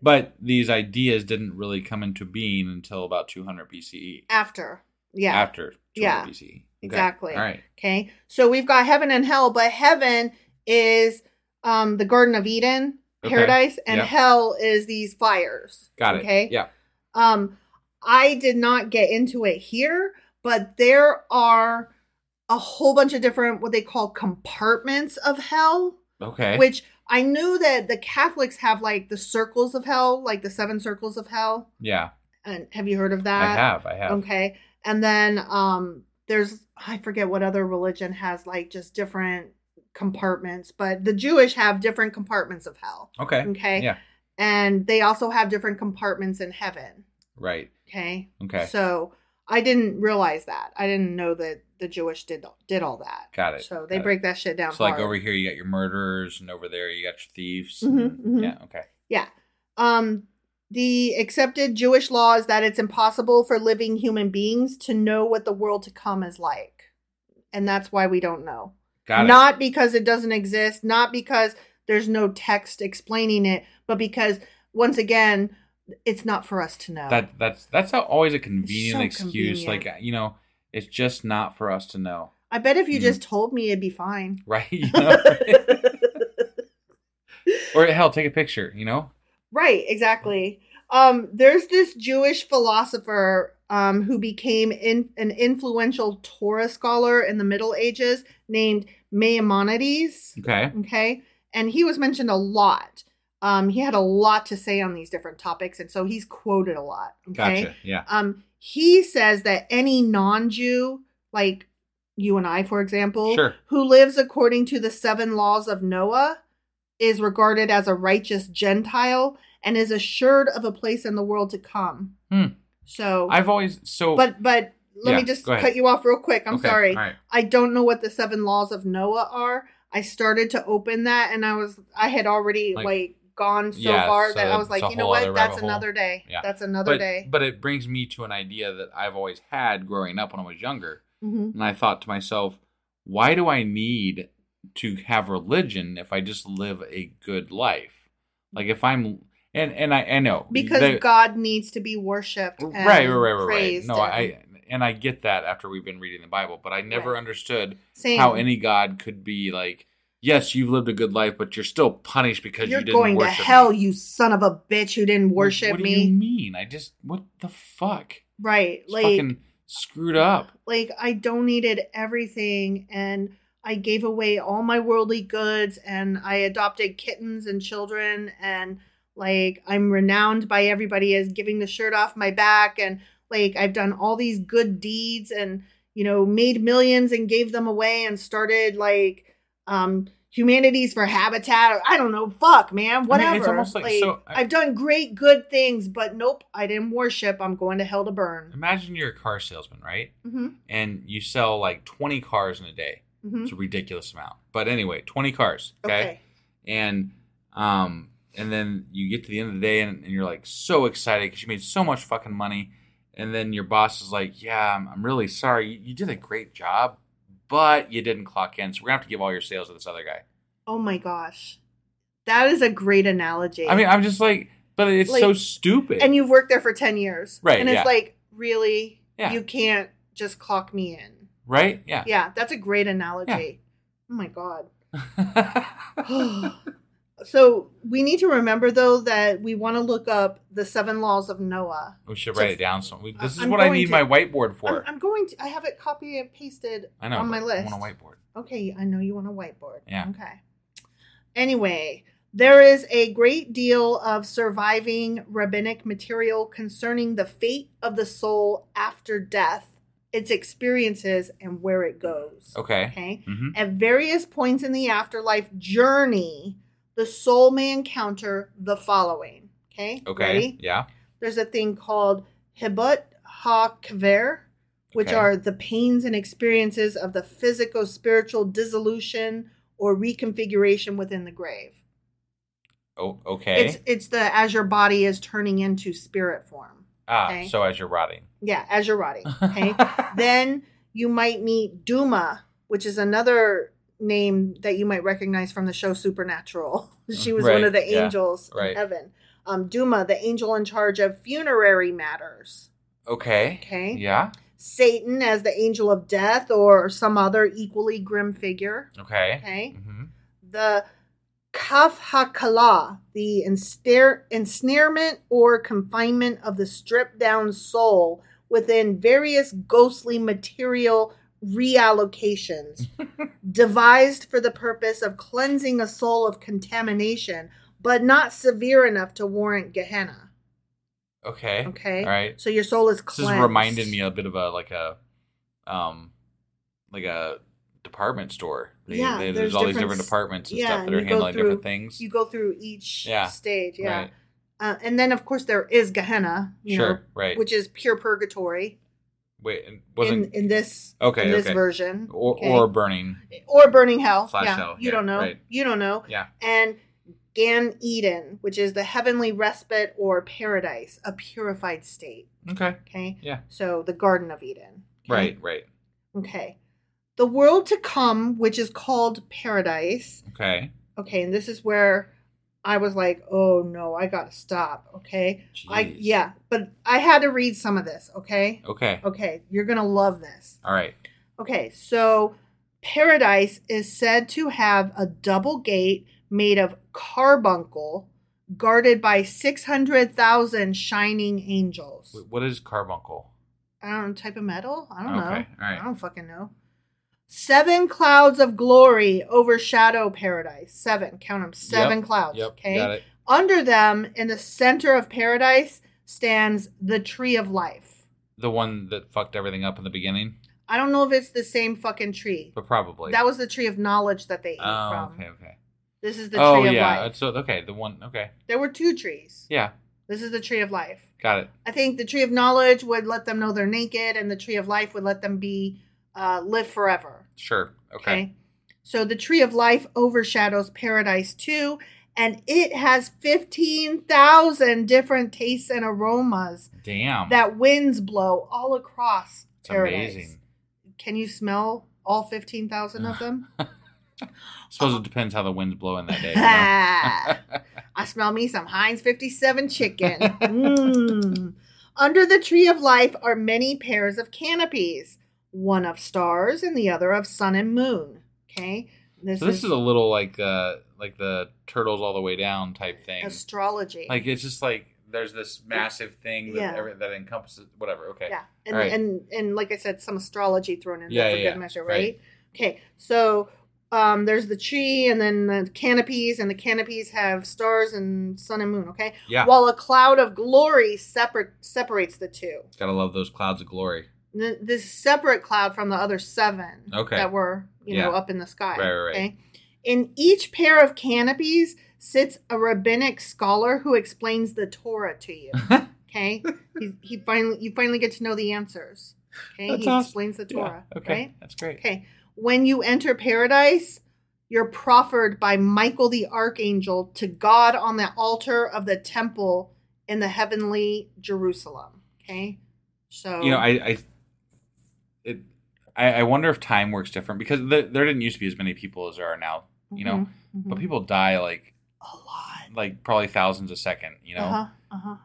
Speaker 1: But these ideas didn't really come into being until about 200 BCE.
Speaker 2: after. Yeah.
Speaker 1: E. After 200
Speaker 2: Yeah.
Speaker 1: BCE. E. Okay.
Speaker 2: Exactly.
Speaker 1: All right.
Speaker 2: Okay. So we've got heaven and hell, but heaven is um the Garden of Eden,
Speaker 1: Okay.
Speaker 2: paradise, and
Speaker 1: Yep.
Speaker 2: hell is these fires.
Speaker 1: Got it.
Speaker 2: Okay.
Speaker 1: Yeah.
Speaker 2: Um, I did not get into it here, but there are a whole bunch of different what they call compartments of hell,
Speaker 1: Okay.
Speaker 2: which I knew that the Catholics have like the circles of hell, like the seven circles of hell.
Speaker 1: yeah.
Speaker 2: And have you heard of that?
Speaker 1: I have. I have.
Speaker 2: Okay. And then um there's I forget what other religion has like just different compartments, but the Jewish have different compartments of hell.
Speaker 1: Okay.
Speaker 2: Okay.
Speaker 1: Yeah.
Speaker 2: And they also have different compartments in heaven.
Speaker 1: Right.
Speaker 2: Okay.
Speaker 1: Okay.
Speaker 2: So I didn't realize that. I didn't know that the Jewish did did all that.
Speaker 1: Got it.
Speaker 2: So they
Speaker 1: Got it.
Speaker 2: break that shit down.
Speaker 1: So like
Speaker 2: hard.
Speaker 1: over here you got your murderers, and over there you got your thieves.
Speaker 2: Mhm,
Speaker 1: and-
Speaker 2: mhm.
Speaker 1: Yeah. Okay.
Speaker 2: Yeah. Um the accepted Jewish law is that it's impossible for living human beings to know what the world to come is like. And that's why we don't know.
Speaker 1: Got it.
Speaker 2: not because it doesn't exist, not because there's no text explaining it, but because once again, it's not for us to know.
Speaker 1: That that's that's how always a convenient
Speaker 2: so
Speaker 1: excuse.
Speaker 2: convenient.
Speaker 1: Like you know, it's just not for us to know,
Speaker 2: I bet if you
Speaker 1: Mhm.
Speaker 2: just told me it'd be fine.
Speaker 1: right? You know? or hell, take a picture. You know.
Speaker 2: Right, exactly. Um, there's this Jewish philosopher um, who became in, an influential Torah scholar in the Middle Ages named Maimonides.
Speaker 1: Okay.
Speaker 2: Okay. And he was mentioned a lot. Um, he had a lot to say on these different topics. And so he's quoted a lot. Okay.
Speaker 1: Gotcha. Yeah.
Speaker 2: Um, he says that any non Jew, like you and I, for example,
Speaker 1: Sure.
Speaker 2: who lives according to the seven laws of Noah, is regarded as a righteous Gentile and is assured of a place in the world to come.
Speaker 1: Hmm.
Speaker 2: So,
Speaker 1: I've always so.
Speaker 2: but, but let
Speaker 1: Yeah,
Speaker 2: me just
Speaker 1: go ahead.
Speaker 2: cut you off real quick. I'm
Speaker 1: Okay,
Speaker 2: sorry.
Speaker 1: all right.
Speaker 2: I don't know what the seven laws of Noah are. I started to open that and I was, I had already
Speaker 1: Like-
Speaker 2: like, gone so
Speaker 1: Yeah,
Speaker 2: far
Speaker 1: so
Speaker 2: that I was
Speaker 1: it's
Speaker 2: like,
Speaker 1: a
Speaker 2: you know
Speaker 1: whole other
Speaker 2: what? That's
Speaker 1: rabbit hole.
Speaker 2: another day.
Speaker 1: Yeah.
Speaker 2: That's another
Speaker 1: but,
Speaker 2: day.
Speaker 1: But it brings me to an idea that I've always had growing up when I was younger,
Speaker 2: Mhm.
Speaker 1: and I thought to myself, why do I need to have religion if I just live a good life? Like if I'm and and I I know
Speaker 2: because
Speaker 1: they-
Speaker 2: God needs to be worshipped. And
Speaker 1: right, right, right, right, right.
Speaker 2: praised
Speaker 1: No,
Speaker 2: and-
Speaker 1: I and I get that after we've been reading the Bible, but I never
Speaker 2: Right.
Speaker 1: understood
Speaker 2: Same.
Speaker 1: how any God could be like, yes, you've lived a good life, but you're still punished because
Speaker 2: You're
Speaker 1: you didn't
Speaker 2: going to
Speaker 1: worship
Speaker 2: hell,
Speaker 1: me.
Speaker 2: you son of a bitch who didn't worship
Speaker 1: what, what
Speaker 2: me.
Speaker 1: do you mean? I just what the fuck?
Speaker 2: Right,
Speaker 1: It's
Speaker 2: like,
Speaker 1: fucking screwed up.
Speaker 2: like I donated everything and I gave away all my worldly goods and I adopted kittens and children and like I'm renowned by everybody as giving the shirt off my back and like I've done all these good deeds and you know made millions and gave them away and started like um humanities for habitat or I don't know fuck man whatever
Speaker 1: it's almost like-
Speaker 2: like,
Speaker 1: so I-
Speaker 2: I've done great good things but nope I didn't worship I'm going to hell to burn
Speaker 1: Imagine you're a car salesman, right?
Speaker 2: Mhm.
Speaker 1: And you sell like 20 cars in a day.
Speaker 2: Mhm.
Speaker 1: It's a ridiculous amount. But anyway, 20 cars. Okay.
Speaker 2: okay.
Speaker 1: And um, and then you get to the end of the day and, and you're like so excited because you made so much fucking money. And then your boss is like, "Yeah, I'm, I'm really sorry. You, you did a great job, but you didn't clock in, so we're gonna have to give all your sales to this other guy."
Speaker 2: Oh my gosh. That is a great analogy.
Speaker 1: I mean, I'm just like, but it's so
Speaker 2: Like-
Speaker 1: stupid.
Speaker 2: and you've worked there for 10 years.
Speaker 1: Right,
Speaker 2: And it's
Speaker 1: yeah.
Speaker 2: like, really?
Speaker 1: Yeah.
Speaker 2: You can't just clock me in.
Speaker 1: right? Yeah.
Speaker 2: Yeah, that's a great analogy. Oh my God. so we need to remember, though, that we want to look up the seven laws of Noah.
Speaker 1: we should
Speaker 2: So-
Speaker 1: write it down. So we, this is
Speaker 2: I'm
Speaker 1: what I
Speaker 2: going
Speaker 1: need
Speaker 2: to-
Speaker 1: my whiteboard for.
Speaker 2: I'm, I'm going to, I have it copy and pasted
Speaker 1: I know.
Speaker 2: on my
Speaker 1: but
Speaker 2: list.
Speaker 1: I want a whiteboard.
Speaker 2: Okay, I know you want a whiteboard.
Speaker 1: Yeah.
Speaker 2: Okay. Anyway, there is a great deal of surviving rabbinic material concerning the fate of the soul after death, its experiences, and where it goes.
Speaker 1: Okay.
Speaker 2: Okay.
Speaker 1: Mhm.
Speaker 2: At various points in the afterlife journey, the soul may encounter the following. Okay.
Speaker 1: Okay.
Speaker 2: Ready?
Speaker 1: Yeah.
Speaker 2: There's a thing called Hibut Ha Kver, which
Speaker 1: Okay.
Speaker 2: are the pains and experiences of the physico spiritual dissolution or reconfiguration within the grave.
Speaker 1: Oh, okay.
Speaker 2: It's it's the as your body is turning into spirit form.
Speaker 1: ah,
Speaker 2: okay.
Speaker 1: so as you're rotting.
Speaker 2: Yeah, as your body. Okay. then you might meet Duma, which is another name that you might recognize from the show Supernatural. she was one
Speaker 1: Right,
Speaker 2: of the
Speaker 1: yeah,
Speaker 2: angels
Speaker 1: right.
Speaker 2: in heaven. Um, Duma, the angel in charge of funerary matters.
Speaker 1: Okay.
Speaker 2: Okay.
Speaker 1: Yeah.
Speaker 2: Satan as the angel of death or some other equally grim figure.
Speaker 1: Okay.
Speaker 2: Okay.
Speaker 1: hmm
Speaker 2: The Kaf Hakala, the ensnare, ensnarement or confinement of the stripped down soul within various ghostly material reallocations, devised for the purpose of cleansing a soul of contamination, but not severe enough to warrant Gehenna.
Speaker 1: Okay.
Speaker 2: Okay.
Speaker 1: All right.
Speaker 2: So your soul is
Speaker 1: This
Speaker 2: cleansed.
Speaker 1: has reminded me a bit of a like a, um, like a department store. They-
Speaker 2: Yeah,
Speaker 1: they-
Speaker 2: there's
Speaker 1: there's, all these different
Speaker 2: different s-
Speaker 1: departments and
Speaker 2: yeah,
Speaker 1: stuff that
Speaker 2: and
Speaker 1: are
Speaker 2: you go
Speaker 1: handling
Speaker 2: through-
Speaker 1: different things.
Speaker 2: You go through each
Speaker 1: Yeah,
Speaker 2: stage, yeah.
Speaker 1: right.
Speaker 2: Uh, and then, of course, there is Gehenna, you know,
Speaker 1: Sure, right.
Speaker 2: which is pure purgatory
Speaker 1: Wait, and
Speaker 2: in,
Speaker 1: wasn't
Speaker 2: in this
Speaker 1: Okay,
Speaker 2: in this
Speaker 1: okay.
Speaker 2: version,
Speaker 1: or
Speaker 2: okay?
Speaker 1: or burning?
Speaker 2: Or burning hell,
Speaker 1: Slash
Speaker 2: yeah.
Speaker 1: hell,
Speaker 2: You
Speaker 1: yeah,
Speaker 2: don't know,
Speaker 1: right.
Speaker 2: you don't know,
Speaker 1: Yeah.
Speaker 2: and Gan Eden, which is the heavenly respite or paradise, a purified state.
Speaker 1: Okay.
Speaker 2: Okay,
Speaker 1: Yeah.
Speaker 2: so the Garden of Eden, okay?
Speaker 1: Right. Right.
Speaker 2: Okay, the world to come, which is called paradise,
Speaker 1: Okay.
Speaker 2: okay and this is where i was like oh no i gotta stop okay i
Speaker 1: Jeez.
Speaker 2: yeah but i had to read some of this okay
Speaker 1: Okay.
Speaker 2: okay you're gonna love this
Speaker 1: All right.
Speaker 2: okay so paradise is said to have a double gate made of carbuncle guarded by 600000 shining angels
Speaker 1: Wh- What is carbuncle?
Speaker 2: I don't know, um, type of metal? I don't
Speaker 1: Okay,
Speaker 2: know.
Speaker 1: all right.
Speaker 2: I don't fucking know. Seven clouds of glory overshadow paradise. Seven, count them. Seven
Speaker 1: Yep,
Speaker 2: clouds.
Speaker 1: yep,
Speaker 2: okay.
Speaker 1: got it.
Speaker 2: Under them, in the center of paradise, stands the tree of life.
Speaker 1: The one that fucked everything up in the beginning,
Speaker 2: I don't know if it's the same fucking tree.
Speaker 1: but probably.
Speaker 2: That was the tree of knowledge that they ate
Speaker 1: Oh,
Speaker 2: from.
Speaker 1: okay, okay.
Speaker 2: This is the
Speaker 1: oh,
Speaker 2: tree of
Speaker 1: yeah.
Speaker 2: life.
Speaker 1: So okay, the one. Okay,
Speaker 2: There were two trees.
Speaker 1: yeah,
Speaker 2: This is the tree of life.
Speaker 1: got it.
Speaker 2: I think the tree of knowledge would let them know they're naked, and the tree of life would let them be uh, live forever.
Speaker 1: Sure.
Speaker 2: Okay.
Speaker 1: Okay.
Speaker 2: So the tree of life overshadows paradise too, and it has 15,000 different tastes and aromas
Speaker 1: Damn.
Speaker 2: that winds blow all across
Speaker 1: It's
Speaker 2: paradise.
Speaker 1: amazing.
Speaker 2: Can you smell all 15,000 of them?
Speaker 1: I suppose it depends how the wind's blowing that day. you know?
Speaker 2: I smell me some Heinz 57 chicken. Mm. Under the tree of life are many pairs of canopies, one of stars and the other of sun and moon. Okay. This,
Speaker 1: So this is a little like uh like the turtles all the way down type thing.
Speaker 2: astrology.
Speaker 1: Like it's just like there's this massive thing that
Speaker 2: Yeah.
Speaker 1: every, that encompasses whatever. Okay.
Speaker 2: Yeah, and,
Speaker 1: All right.
Speaker 2: and and like I said, some astrology thrown in
Speaker 1: Yeah,
Speaker 2: there for
Speaker 1: yeah,
Speaker 2: good measure, right?
Speaker 1: right.
Speaker 2: Okay, so um, there's the tree, and then the canopies, and the canopies have stars and sun and moon. Okay,
Speaker 1: Yeah.
Speaker 2: While a cloud of glory separate separates the two.
Speaker 1: Gotta love those clouds of glory.
Speaker 2: Th- This separate cloud from the other seven
Speaker 1: Okay.
Speaker 2: that were you know
Speaker 1: Yeah.
Speaker 2: up in the sky.
Speaker 1: Right, right, right.
Speaker 2: Okay, in each pair of canopies sits a rabbinic scholar who explains the Torah to you. Okay, he, he finally you finally get to know the answers. Okay,
Speaker 1: That's
Speaker 2: he
Speaker 1: awesome.
Speaker 2: explains the
Speaker 1: Yeah,
Speaker 2: Torah.
Speaker 1: Okay.
Speaker 2: Right?
Speaker 1: That's great.
Speaker 2: Okay, when you enter paradise, you're proffered by Michael the archangel to God on the altar of the temple in the heavenly Jerusalem. Okay, so
Speaker 1: you
Speaker 2: Um,
Speaker 1: know, I, I, it, I, I wonder if time works different because th there didn't used to be as many people as there are now. You
Speaker 2: Mm-hmm,
Speaker 1: know,
Speaker 2: mhm.
Speaker 1: but people die like
Speaker 2: a lot.
Speaker 1: like probably thousands a second. You know,
Speaker 2: Uh-huh, uh-huh.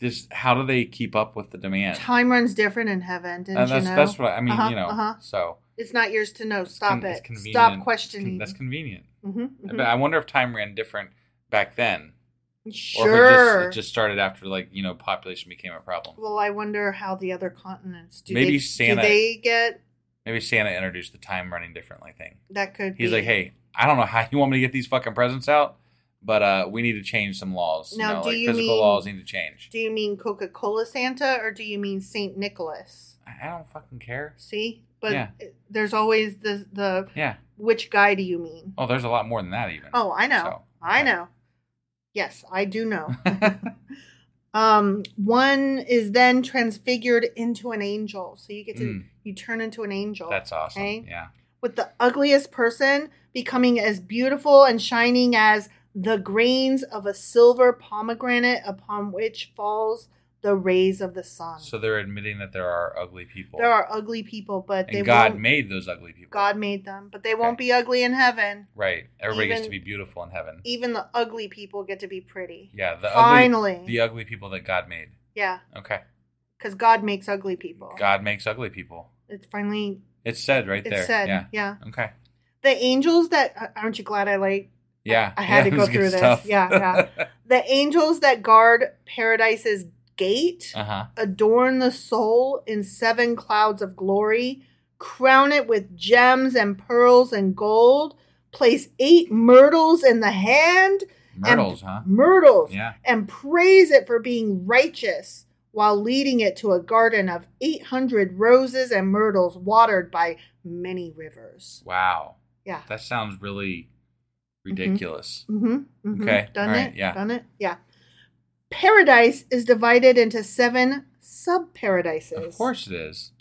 Speaker 1: this how do they keep up with the demand?
Speaker 2: Time runs different in heaven, didn't
Speaker 1: and that's
Speaker 2: you know?
Speaker 1: that's what I, I mean.
Speaker 2: Uh-huh,
Speaker 1: you know,
Speaker 2: uh-huh.
Speaker 1: so
Speaker 2: It's not yours to know.
Speaker 1: it's
Speaker 2: Stop
Speaker 1: con- it's
Speaker 2: it.
Speaker 1: convenient. It's
Speaker 2: Stop
Speaker 1: con-
Speaker 2: questioning.
Speaker 1: that's convenient.
Speaker 2: Mhm, mhm.
Speaker 1: But I wonder if time ran different back then,
Speaker 2: Sure.
Speaker 1: or if it just, it just started after like you know population became a problem.
Speaker 2: Well, I wonder how the other continents do.
Speaker 1: Maybe
Speaker 2: they,
Speaker 1: Santa-
Speaker 2: Do they get
Speaker 1: Maybe Santa introduced the time running differently thing.
Speaker 2: that? Could
Speaker 1: He's
Speaker 2: be.
Speaker 1: like, hey, I don't know how you want me to get these fucking presents out, but uh, we need to change some laws.
Speaker 2: Now,
Speaker 1: you know,
Speaker 2: do
Speaker 1: like
Speaker 2: you
Speaker 1: physical
Speaker 2: mean-
Speaker 1: laws need to change.
Speaker 2: Do you mean Coca Cola Santa or do you mean Saint Nicholas?
Speaker 1: I I don't fucking care.
Speaker 2: See, but
Speaker 1: Yeah.
Speaker 2: there's always the the
Speaker 1: Yeah.
Speaker 2: which guy do you mean?
Speaker 1: Oh, there's a lot more than that even.
Speaker 2: Oh, I know,
Speaker 1: So,
Speaker 2: I
Speaker 1: okay.
Speaker 2: know. Yes, I do know. um, one is then transfigured into an angel, so you get to
Speaker 1: Mm.
Speaker 2: you turn into an angel.
Speaker 1: That's awesome.
Speaker 2: okay?
Speaker 1: Yeah.
Speaker 2: with the ugliest person becoming as beautiful and shining as the grains of a silver pomegranate upon which falls the rays of the sun.
Speaker 1: So they're admitting that there are ugly people.
Speaker 2: there are ugly people, but they
Speaker 1: and God
Speaker 2: won't,
Speaker 1: made those ugly people.
Speaker 2: God made them, but they
Speaker 1: Okay.
Speaker 2: won't be ugly in heaven.
Speaker 1: Right. Everybody gets to be
Speaker 2: Even- e
Speaker 1: beautiful in heaven.
Speaker 2: Even the ugly people get to be pretty.
Speaker 1: Yeah. The
Speaker 2: Finally.
Speaker 1: Ugly, the ugly people that God made.
Speaker 2: Yeah,
Speaker 1: Okay.
Speaker 2: because God makes ugly people.
Speaker 1: God makes ugly people.
Speaker 2: It's finally
Speaker 1: It's said right
Speaker 2: It's
Speaker 1: there.
Speaker 2: said,
Speaker 1: Yeah.
Speaker 2: yeah.
Speaker 1: Okay.
Speaker 2: the angels that uh, aren't you glad I like
Speaker 1: Yeah.
Speaker 2: I had
Speaker 1: Yeah,
Speaker 2: to
Speaker 1: was good
Speaker 2: go through this.
Speaker 1: stuff.
Speaker 2: Yeah, yeah. the angels that guard paradise's gate
Speaker 1: uh huh.
Speaker 2: adorn the soul in seven clouds of glory, crown it with gems and pearls and gold, place eight myrtles in the hand,
Speaker 1: Myrtles, huh?
Speaker 2: myrtles,
Speaker 1: Yeah.
Speaker 2: and praise it for being righteous while leading it to a garden of 800 roses and myrtles watered by many rivers.
Speaker 1: Wow.
Speaker 2: Yeah.
Speaker 1: That sounds really ridiculous.
Speaker 2: Mm-hmm. hmm
Speaker 1: Okay,
Speaker 2: Done
Speaker 1: all
Speaker 2: it.
Speaker 1: right, yeah.
Speaker 2: Done it. Yeah. Paradise is divided into seven sub paradises.
Speaker 1: Of course it is.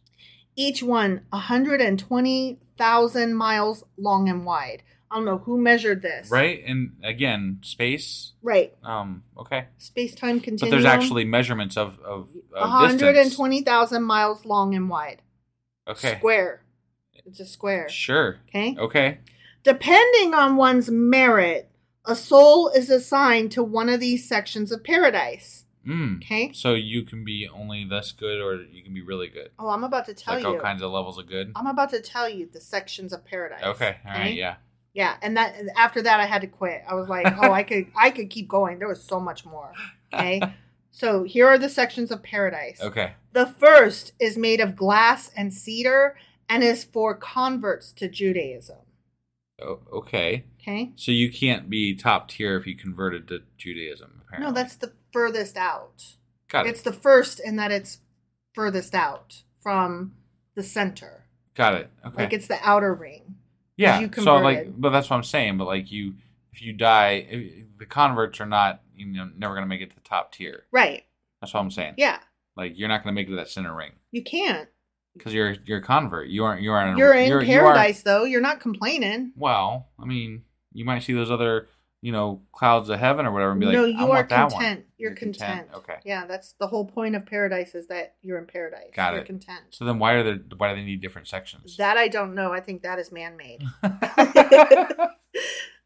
Speaker 2: each one 120,000 miles long and wide. I don't know who measured this.
Speaker 1: Right? And again, space.
Speaker 2: Right.
Speaker 1: Um, okay.
Speaker 2: Space time
Speaker 1: But
Speaker 2: continuum.
Speaker 1: there's actually measurements of, of, of distance.
Speaker 2: 120,000 miles long and wide.
Speaker 1: Okay.
Speaker 2: Square. It's a square.
Speaker 1: Sure.
Speaker 2: Okay.
Speaker 1: Okay.
Speaker 2: Depending on one's merit, a soul is assigned to one of these sections of paradise.
Speaker 1: Mm.
Speaker 2: Okay.
Speaker 1: So you can be only this good or you can be really good.
Speaker 2: Oh, I'm about to
Speaker 1: It's
Speaker 2: tell
Speaker 1: like
Speaker 2: you.
Speaker 1: all kinds of levels of good.
Speaker 2: I'm about to tell you the sections of paradise.
Speaker 1: Okay. All right.
Speaker 2: okay?
Speaker 1: Yeah.
Speaker 2: Yeah, and that after that I had to quit. I was like, oh, I could I could keep going. There was so much more. Okay. so here are the sections of paradise.
Speaker 1: Okay.
Speaker 2: The first is made of glass and cedar and is for converts to Judaism.
Speaker 1: O- okay.
Speaker 2: Okay?
Speaker 1: So you can't be top tier if you converted to Judaism. Apparently.
Speaker 2: No, that's the furthest out.
Speaker 1: got it.
Speaker 2: It's the first in that it's furthest out from the center.
Speaker 1: got it. Okay.
Speaker 2: Like it's the outer ring.
Speaker 1: yeah.
Speaker 2: you
Speaker 1: so like,
Speaker 2: converted.
Speaker 1: but that's what I'm saying. But like you, if you die, if, the converts are not, you know, never gonna make it to the top tier.
Speaker 2: Right.
Speaker 1: That's what I'm saying.
Speaker 2: Yeah.
Speaker 1: Like you're not gonna make it to that center ring
Speaker 2: You can't.
Speaker 1: because you're you're a convert. You aren't. You aren't.
Speaker 2: You're in
Speaker 1: Um, you aren't-
Speaker 2: paradise though. You're not complaining.
Speaker 1: well, I mean, you might see those other, you know, clouds of heaven or whatever, and be like,
Speaker 2: no,
Speaker 1: I
Speaker 2: you are
Speaker 1: want that one.
Speaker 2: content. You're, content.
Speaker 1: Okay.
Speaker 2: Yeah, that's the whole point of paradise is that you're in paradise.
Speaker 1: Got
Speaker 2: you're
Speaker 1: it.
Speaker 2: content.
Speaker 1: So then, why are there? Why do they need different sections?
Speaker 2: That I don't know. I think that is man made.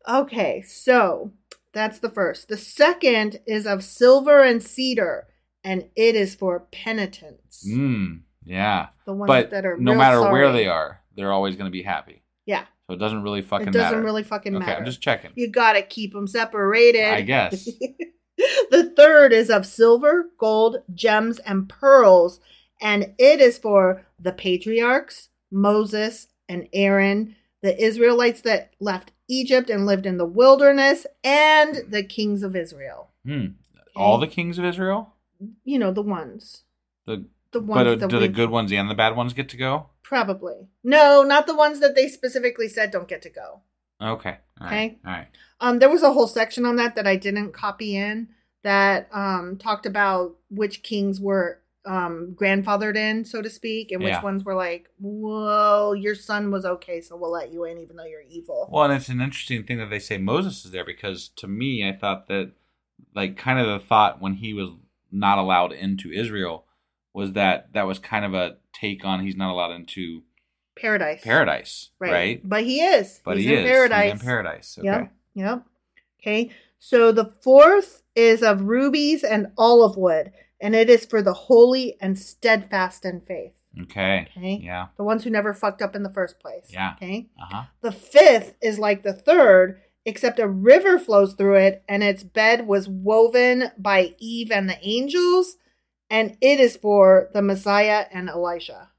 Speaker 2: okay, so that's the first. The second is of silver and cedar, and it is for penitence.
Speaker 1: Mm, yeah.
Speaker 2: The ones
Speaker 1: but
Speaker 2: that are
Speaker 1: no
Speaker 2: real
Speaker 1: matter where
Speaker 2: sorry.
Speaker 1: they are, they're always going to be happy.
Speaker 2: Yeah.
Speaker 1: So it doesn't really fucking
Speaker 2: it doesn't
Speaker 1: matter.
Speaker 2: really fucking
Speaker 1: okay,
Speaker 2: matter.
Speaker 1: I'm just checking.
Speaker 2: You gotta keep them separated.
Speaker 1: I guess.
Speaker 2: the third is of silver, gold, gems, and pearls, and it is for the patriarchs, Moses and Aaron, the Israelites that left Egypt and lived in the wilderness, and the kings of Israel.
Speaker 1: Hmm. All the kings of Israel.
Speaker 2: You know, the ones.
Speaker 1: The
Speaker 2: The
Speaker 1: but
Speaker 2: ones
Speaker 1: uh,
Speaker 2: that
Speaker 1: do the
Speaker 2: we-
Speaker 1: good ones and the bad ones get to go?
Speaker 2: Probably. No, not the ones that they specifically said don't get to go.
Speaker 1: Okay. All right.
Speaker 2: Okay.
Speaker 1: All right.
Speaker 2: Um, there was a whole section on that that I didn't copy in that um, talked about which kings were um, grandfathered in, so to speak, and which
Speaker 1: Yeah.
Speaker 2: ones were like, "Whoa, your son was okay, so we'll let you in, even though you're evil."
Speaker 1: Well, and it's an interesting thing that they say Moses is there because to me, I thought that, like, kind of the thought when he was not allowed into Israel was that that was kind of a take on he's not allowed into
Speaker 2: paradise,
Speaker 1: paradise, right?
Speaker 2: But he is.
Speaker 1: But
Speaker 2: He's
Speaker 1: he
Speaker 2: in
Speaker 1: is
Speaker 2: paradise.
Speaker 1: He's in paradise. Okay.
Speaker 2: Yep. Yep. Okay. So the fourth is of rubies and olive wood, and it is for the holy and steadfast in faith.
Speaker 1: Okay.
Speaker 2: Okay.
Speaker 1: Yeah.
Speaker 2: The ones who never fucked up in the first place.
Speaker 1: Yeah.
Speaker 2: Okay.
Speaker 1: Uh huh.
Speaker 2: The fifth is like the third, except a river flows through it, and its bed was woven by Eve and the angels, and it is for the Messiah and Elijah.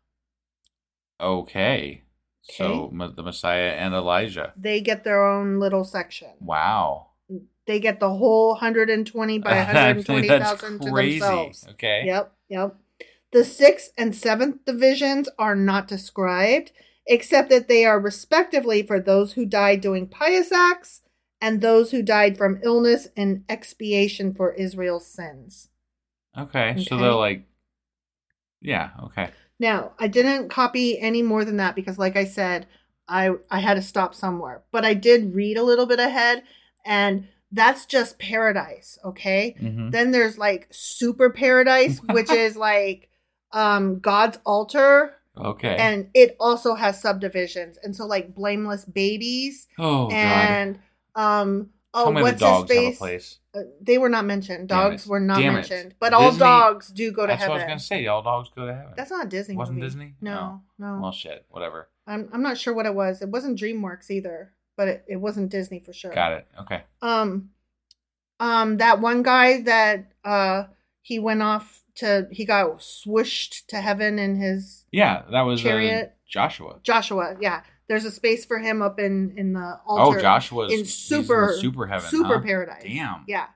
Speaker 1: Okay. So
Speaker 2: Okay.
Speaker 1: ma- the Messiah and Elijah.
Speaker 2: They get their own little section.
Speaker 1: Wow.
Speaker 2: They get the whole 120 by
Speaker 1: I think that's
Speaker 2: 120,000 to themselves.
Speaker 1: Okay.
Speaker 2: Yep, yep. The sixth and seventh divisions are not described, except that they are respectively for those who died doing pious acts and those who died from illness in expiation for Israel's sins.
Speaker 1: Okay. So
Speaker 2: Okay.
Speaker 1: they're like, yeah. Okay.
Speaker 2: Now, I didn't copy any more than that because, like I said, I, I had to stop somewhere, but I did read a little bit ahead, and that's just paradise okay
Speaker 1: Mm-hmm.
Speaker 2: then there's like super paradise which is like um god's altar
Speaker 1: Okay.
Speaker 2: and it also has subdivisions and so like blameless babies
Speaker 1: oh god.
Speaker 2: and um oh
Speaker 1: Tell me
Speaker 2: what's
Speaker 1: the dogs
Speaker 2: his
Speaker 1: have a
Speaker 2: face
Speaker 1: place.
Speaker 2: Uh, they were not mentioned
Speaker 1: Damn
Speaker 2: dogs
Speaker 1: it.
Speaker 2: were not
Speaker 1: Damn it.
Speaker 2: mentioned but all
Speaker 1: Disney-
Speaker 2: dogs do go to
Speaker 1: That's
Speaker 2: heaven
Speaker 1: what I was gonna say. All dogs go to heaven.
Speaker 2: that's not a disney
Speaker 1: Wasn't
Speaker 2: movie.
Speaker 1: Disney?
Speaker 2: no no,
Speaker 1: Well, shit. Whatever.
Speaker 2: I'm, I'm not sure what it was it wasn't dreamworks either but it, it wasn't disney for sure
Speaker 1: Got it. Okay.
Speaker 2: um um that one guy that uh he went off to he got swooshed to heaven in his
Speaker 1: Yeah, that was uh,
Speaker 2: Chariot.
Speaker 1: Joshua.
Speaker 2: joshua yeah there's a space for him up in in the
Speaker 1: Oh,
Speaker 2: altar
Speaker 1: Joshua's-
Speaker 2: in
Speaker 1: he's in
Speaker 2: super
Speaker 1: super heaven,
Speaker 2: super
Speaker 1: huh?
Speaker 2: paradise
Speaker 1: Damn.
Speaker 2: yeah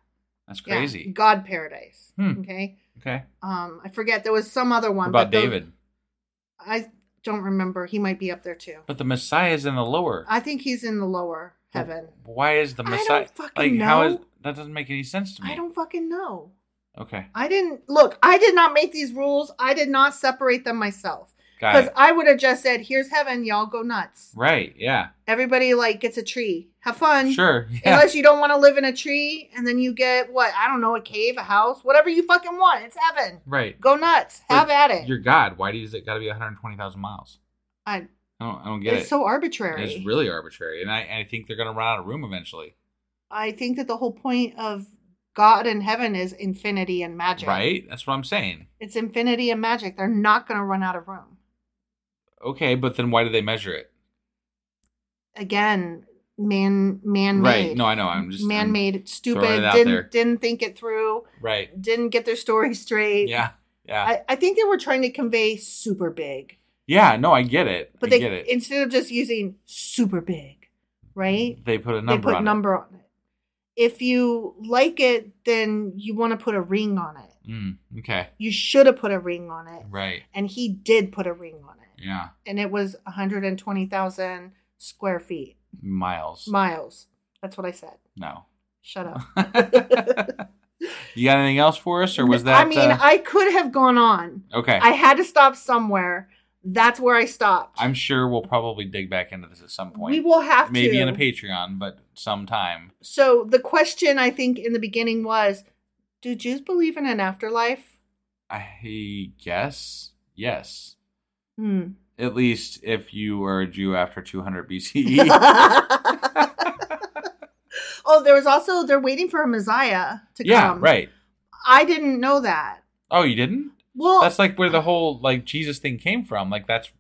Speaker 1: That's
Speaker 2: yeah,
Speaker 1: crazy.
Speaker 2: god paradise
Speaker 1: Hmm.
Speaker 2: okay
Speaker 1: Okay.
Speaker 2: um i forget there was some other
Speaker 1: What
Speaker 2: one
Speaker 1: about
Speaker 2: but those-
Speaker 1: David?
Speaker 2: i don't remember he might be up there too
Speaker 1: But the Messiah is in the lower.
Speaker 2: i think he's in the lower heaven
Speaker 1: Why is the
Speaker 2: I don't
Speaker 1: Messiah
Speaker 2: fucking
Speaker 1: like how is
Speaker 2: know.
Speaker 1: that doesn't make any sense to me.
Speaker 2: i don't fucking know
Speaker 1: Okay.
Speaker 2: I didn't look, I did not make these rules. I did not separate them myself.
Speaker 1: Got
Speaker 2: Because
Speaker 1: it.
Speaker 2: I would have just said, here's heaven, y'all go nuts.
Speaker 1: Right, yeah.
Speaker 2: Everybody like gets a tree. Have fun.
Speaker 1: Sure. Yeah.
Speaker 2: Unless you don't want to live in a tree and then you get what, I don't know, a cave, a house, whatever you fucking want. It's heaven.
Speaker 1: right.
Speaker 2: Go nuts.
Speaker 1: But
Speaker 2: Have at it.
Speaker 1: You're God. Why does it gotta be 120,000 miles?
Speaker 2: I,
Speaker 1: I don't I don't get
Speaker 2: it's
Speaker 1: it.
Speaker 2: so arbitrary.
Speaker 1: It's really arbitrary. And I and I think they're gonna run out of room eventually.
Speaker 2: I think that the whole point of God and heaven is infinity and magic.
Speaker 1: Right? That's what I'm saying.
Speaker 2: It's infinity and magic. They're not going to run out of room.
Speaker 1: Okay, but then why do they measure it?
Speaker 2: again man man made
Speaker 1: Right. No, I know. I'm just- I'm
Speaker 2: man made stupid
Speaker 1: throwing it out
Speaker 2: didn't
Speaker 1: there.
Speaker 2: didn't think it through
Speaker 1: Right.
Speaker 2: didn't get their story straight
Speaker 1: Yeah. Yeah.
Speaker 2: I, I think they were trying to convey super big
Speaker 1: yeah, no, I get it.
Speaker 2: but
Speaker 1: I
Speaker 2: they
Speaker 1: get it.
Speaker 2: instead of just using super big right
Speaker 1: They put a number
Speaker 2: they put
Speaker 1: on
Speaker 2: number on it if you like it then you want to put a ring on it
Speaker 1: it. Mm, okay.
Speaker 2: you should have put a ring on it
Speaker 1: Right.
Speaker 2: and he did put a ring on it
Speaker 1: Yeah.
Speaker 2: and it was 120000 square feet
Speaker 1: Miles.
Speaker 2: miles that's what i said
Speaker 1: no.
Speaker 2: Shut up.
Speaker 1: You got anything else for us, or was that?
Speaker 2: I mean,
Speaker 1: uh,
Speaker 2: I could have gone on.
Speaker 1: okay.
Speaker 2: I had to stop somewhere. That's where I stopped.
Speaker 1: I'm sure we'll probably dig back into this at some point.
Speaker 2: we will have
Speaker 1: maybe
Speaker 2: to.
Speaker 1: in a Patreon, but sometime.
Speaker 2: So the question I think in the beginning was, do Jews believe in an afterlife?
Speaker 1: I guess yes.
Speaker 2: Hmm.
Speaker 1: At least if you were a Jew after 200 BCE.
Speaker 2: oh, there was also they're waiting for a Messiah to
Speaker 1: yeah,
Speaker 2: come.
Speaker 1: right.
Speaker 2: I didn't know that.
Speaker 1: Oh, you didn't?
Speaker 2: Well,
Speaker 1: That's like where the whole like Jesus thing came from. Like that's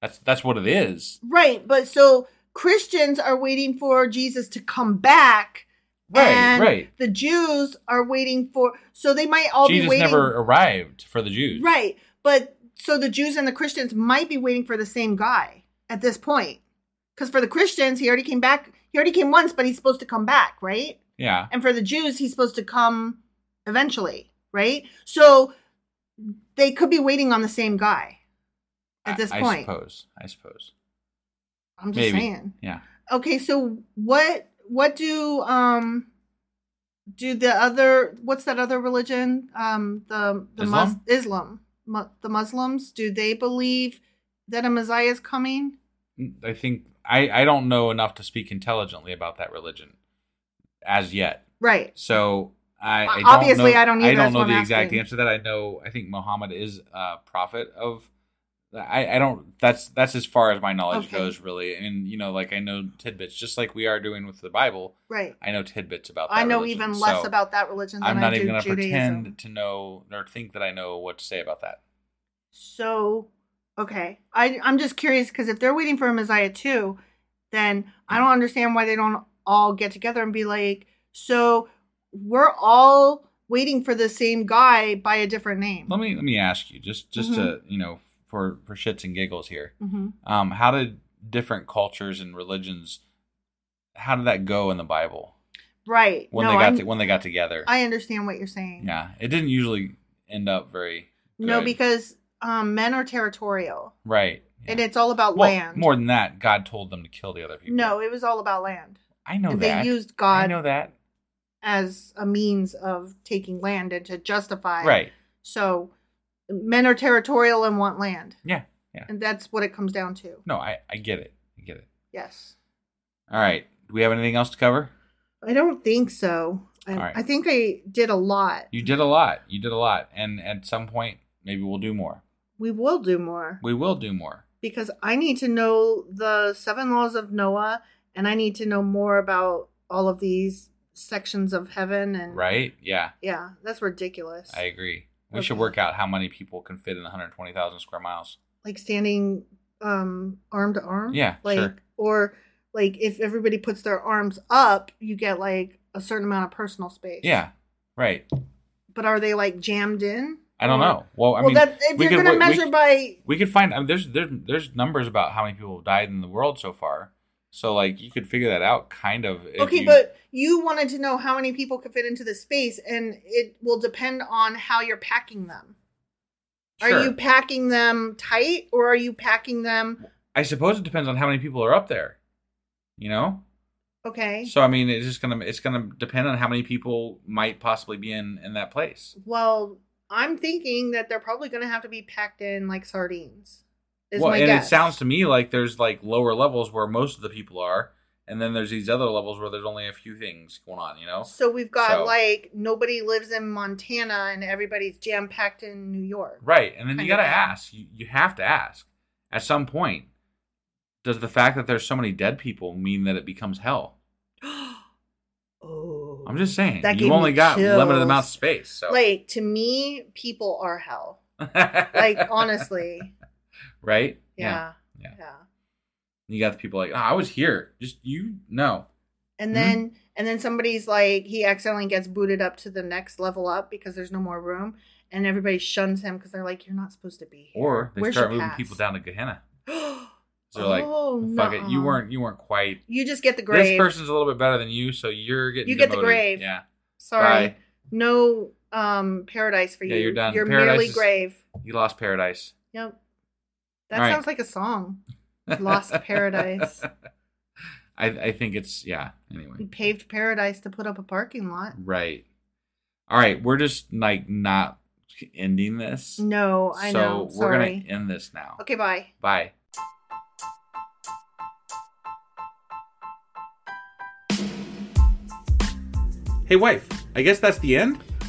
Speaker 1: that's that's what it is.
Speaker 2: right, but so Christians are waiting for Jesus to come back.
Speaker 1: Right,
Speaker 2: and
Speaker 1: right.
Speaker 2: The Jews are waiting for, so they might all be
Speaker 1: Jesus
Speaker 2: waiting.
Speaker 1: never arrived for the Jews.
Speaker 2: Right, but so the Jews and the Christians might be waiting for the same guy at this point, because for the Christians, he already came back. He already came once, but he's supposed to come back, right?
Speaker 1: Yeah.
Speaker 2: And for the Jews, he's supposed to come eventually, right? So they could be waiting on the same guy at
Speaker 1: I-
Speaker 2: this
Speaker 1: I,
Speaker 2: point.
Speaker 1: suppose. I suppose.
Speaker 2: I'm just
Speaker 1: Maybe.
Speaker 2: saying.
Speaker 1: Yeah.
Speaker 2: Okay, so what what do um do the other what's that other religion? Um the the Mus-
Speaker 1: Islam?
Speaker 2: Islam. Mu- the Muslims, do they believe that a Messiah is coming?
Speaker 1: I think I I don't know enough to speak intelligently about that religion as yet.
Speaker 2: Right.
Speaker 1: So I, I don't
Speaker 2: Obviously,
Speaker 1: know,
Speaker 2: I don't either,
Speaker 1: I
Speaker 2: that's
Speaker 1: don't know
Speaker 2: what I'm
Speaker 1: the exact
Speaker 2: asking.
Speaker 1: answer to that. I know I think Muhammad is a prophet of. I, I don't. That's that's as far as my knowledge
Speaker 2: Okay.
Speaker 1: goes, really. And you know, like I know tidbits, just like we are doing with the Bible.
Speaker 2: Right.
Speaker 1: I know tidbits about. That
Speaker 2: I know
Speaker 1: religion,
Speaker 2: even less
Speaker 1: so
Speaker 2: about that religion than
Speaker 1: I'm not
Speaker 2: I
Speaker 1: even
Speaker 2: do
Speaker 1: going to
Speaker 2: Judaism.
Speaker 1: pretend to know or think that I know what to say about that.
Speaker 2: So, okay. I I'm just curious because if they're waiting for a Messiah too, then I don't understand why they don't all get together and be like, so we're all waiting for the same guy by a different name.
Speaker 1: Let me let me ask you just just to
Speaker 2: Mm-hmm.
Speaker 1: you know for for shits and giggles here.
Speaker 2: hmm
Speaker 1: Um, how did different cultures and religions? How did that go in the Bible?
Speaker 2: Right.
Speaker 1: when
Speaker 2: no,
Speaker 1: they got
Speaker 2: I'm-
Speaker 1: to, when they got together.
Speaker 2: I understand what you're saying.
Speaker 1: yeah, it didn't usually end up very.
Speaker 2: No,
Speaker 1: good.
Speaker 2: because um, men are territorial
Speaker 1: right, yeah.
Speaker 2: and it's all about
Speaker 1: Well,
Speaker 2: land.
Speaker 1: More than that, God told them to kill the other people.
Speaker 2: no, it was all about land.
Speaker 1: I know
Speaker 2: and
Speaker 1: that
Speaker 2: They used
Speaker 1: I know
Speaker 2: God
Speaker 1: that.
Speaker 2: as a means of taking land and to justify
Speaker 1: Right.
Speaker 2: So men are territorial and want land.
Speaker 1: Yeah. Yeah.
Speaker 2: And that's what it comes down to.
Speaker 1: No, I I get it. I get it.
Speaker 2: Yes.
Speaker 1: All right. Do we have anything else to cover?
Speaker 2: I don't think so. I,
Speaker 1: All right.
Speaker 2: I think I did a lot.
Speaker 1: You did a lot. You did a lot. And at some point, maybe we'll do more.
Speaker 2: We will do more
Speaker 1: We will do more.
Speaker 2: because I need to know the seven laws of Noah and I need to know more about all of these sections of heaven and
Speaker 1: Right? Yeah,
Speaker 2: Yeah, that's ridiculous.
Speaker 1: I agree. We should
Speaker 2: Okay.
Speaker 1: work out how many people can fit in 120,000 square miles.
Speaker 2: like standing um arm to arm.
Speaker 1: Yeah,
Speaker 2: Like
Speaker 1: sure.
Speaker 2: or like if everybody puts their arms up, you get like a certain amount of personal space.
Speaker 1: Yeah, right.
Speaker 2: But are they like jammed in?
Speaker 1: I don't
Speaker 2: Or-
Speaker 1: know. Well, I
Speaker 2: well,
Speaker 1: mean,
Speaker 2: that, if
Speaker 1: we
Speaker 2: you're
Speaker 1: could-
Speaker 2: going to
Speaker 1: we- we-
Speaker 2: measure by
Speaker 1: we could find I mean, there's there's there's numbers about how many people have died in the world so far. So like you could figure that out kind of. if
Speaker 2: Okay,
Speaker 1: you-
Speaker 2: but you wanted to know how many people could fit into the space, and it will depend on how you're packing them. Are
Speaker 1: Sure.
Speaker 2: you packing them tight, or are you packing them
Speaker 1: I suppose it depends on how many people are up there. You know?
Speaker 2: okay?
Speaker 1: So I mean, it's just gonna it's gonna depend on how many people might possibly be in in that place.
Speaker 2: Well, I'm thinking that they're probably going to have to be packed in like sardines. Is
Speaker 1: well,
Speaker 2: my
Speaker 1: and
Speaker 2: guess.
Speaker 1: it sounds to me like there's like lower levels where most of the people are, and then there's these other levels where there's only a few things going on. You know?
Speaker 2: So we've got
Speaker 1: So-
Speaker 2: like nobody lives in Montana, and everybody's jam packed in New York.
Speaker 1: Right. And then you
Speaker 2: Kind
Speaker 1: got to
Speaker 2: of.
Speaker 1: ask. You, you have to ask. At some point, does the fact that there's so many dead people mean that it becomes hell?
Speaker 2: Oh,
Speaker 1: I'm just saying.
Speaker 2: That gave
Speaker 1: you've only
Speaker 2: me
Speaker 1: got limited
Speaker 2: chills.
Speaker 1: amount of space. So.
Speaker 2: like to me, people are hell. Like honestly,
Speaker 1: Right?
Speaker 2: yeah,
Speaker 1: Yeah.
Speaker 2: yeah.
Speaker 1: You got the people like, "Ah, I was here. Just you. No. Mhm.
Speaker 2: And then and then somebody's like he accidentally gets booted up to the next level up because there's no more room, and everybody shuns him because they're like, "You're not supposed to be here."
Speaker 1: Or they
Speaker 2: Where's
Speaker 1: start
Speaker 2: your
Speaker 1: moving
Speaker 2: pass?
Speaker 1: people down to Gehenna. So they're
Speaker 2: Oh,
Speaker 1: like, fuck it. You
Speaker 2: nuh-uh.
Speaker 1: weren't. You weren't quite.
Speaker 2: You just get the grave.
Speaker 1: This person's a little bit better than you, so you're getting.
Speaker 2: You get the
Speaker 1: demoted.
Speaker 2: grave.
Speaker 1: Yeah.
Speaker 2: Sorry,
Speaker 1: Bye.
Speaker 2: no um paradise for
Speaker 1: Yeah,
Speaker 2: you.
Speaker 1: you're done.
Speaker 2: You're
Speaker 1: Paradise
Speaker 2: merely
Speaker 1: is-
Speaker 2: grave.
Speaker 1: You lost paradise.
Speaker 2: Yep. That
Speaker 1: All right.
Speaker 2: sounds like a song. Lost paradise.
Speaker 1: I, I think it's yeah. Anyway.
Speaker 2: We paved paradise to put up a parking lot.
Speaker 1: Right. All right, we're just like not ending this.
Speaker 2: No, I
Speaker 1: so
Speaker 2: know.
Speaker 1: we're
Speaker 2: Sorry.
Speaker 1: gonna end this now.
Speaker 2: Okay, bye.
Speaker 1: Bye. Hey wife, I guess that's the end?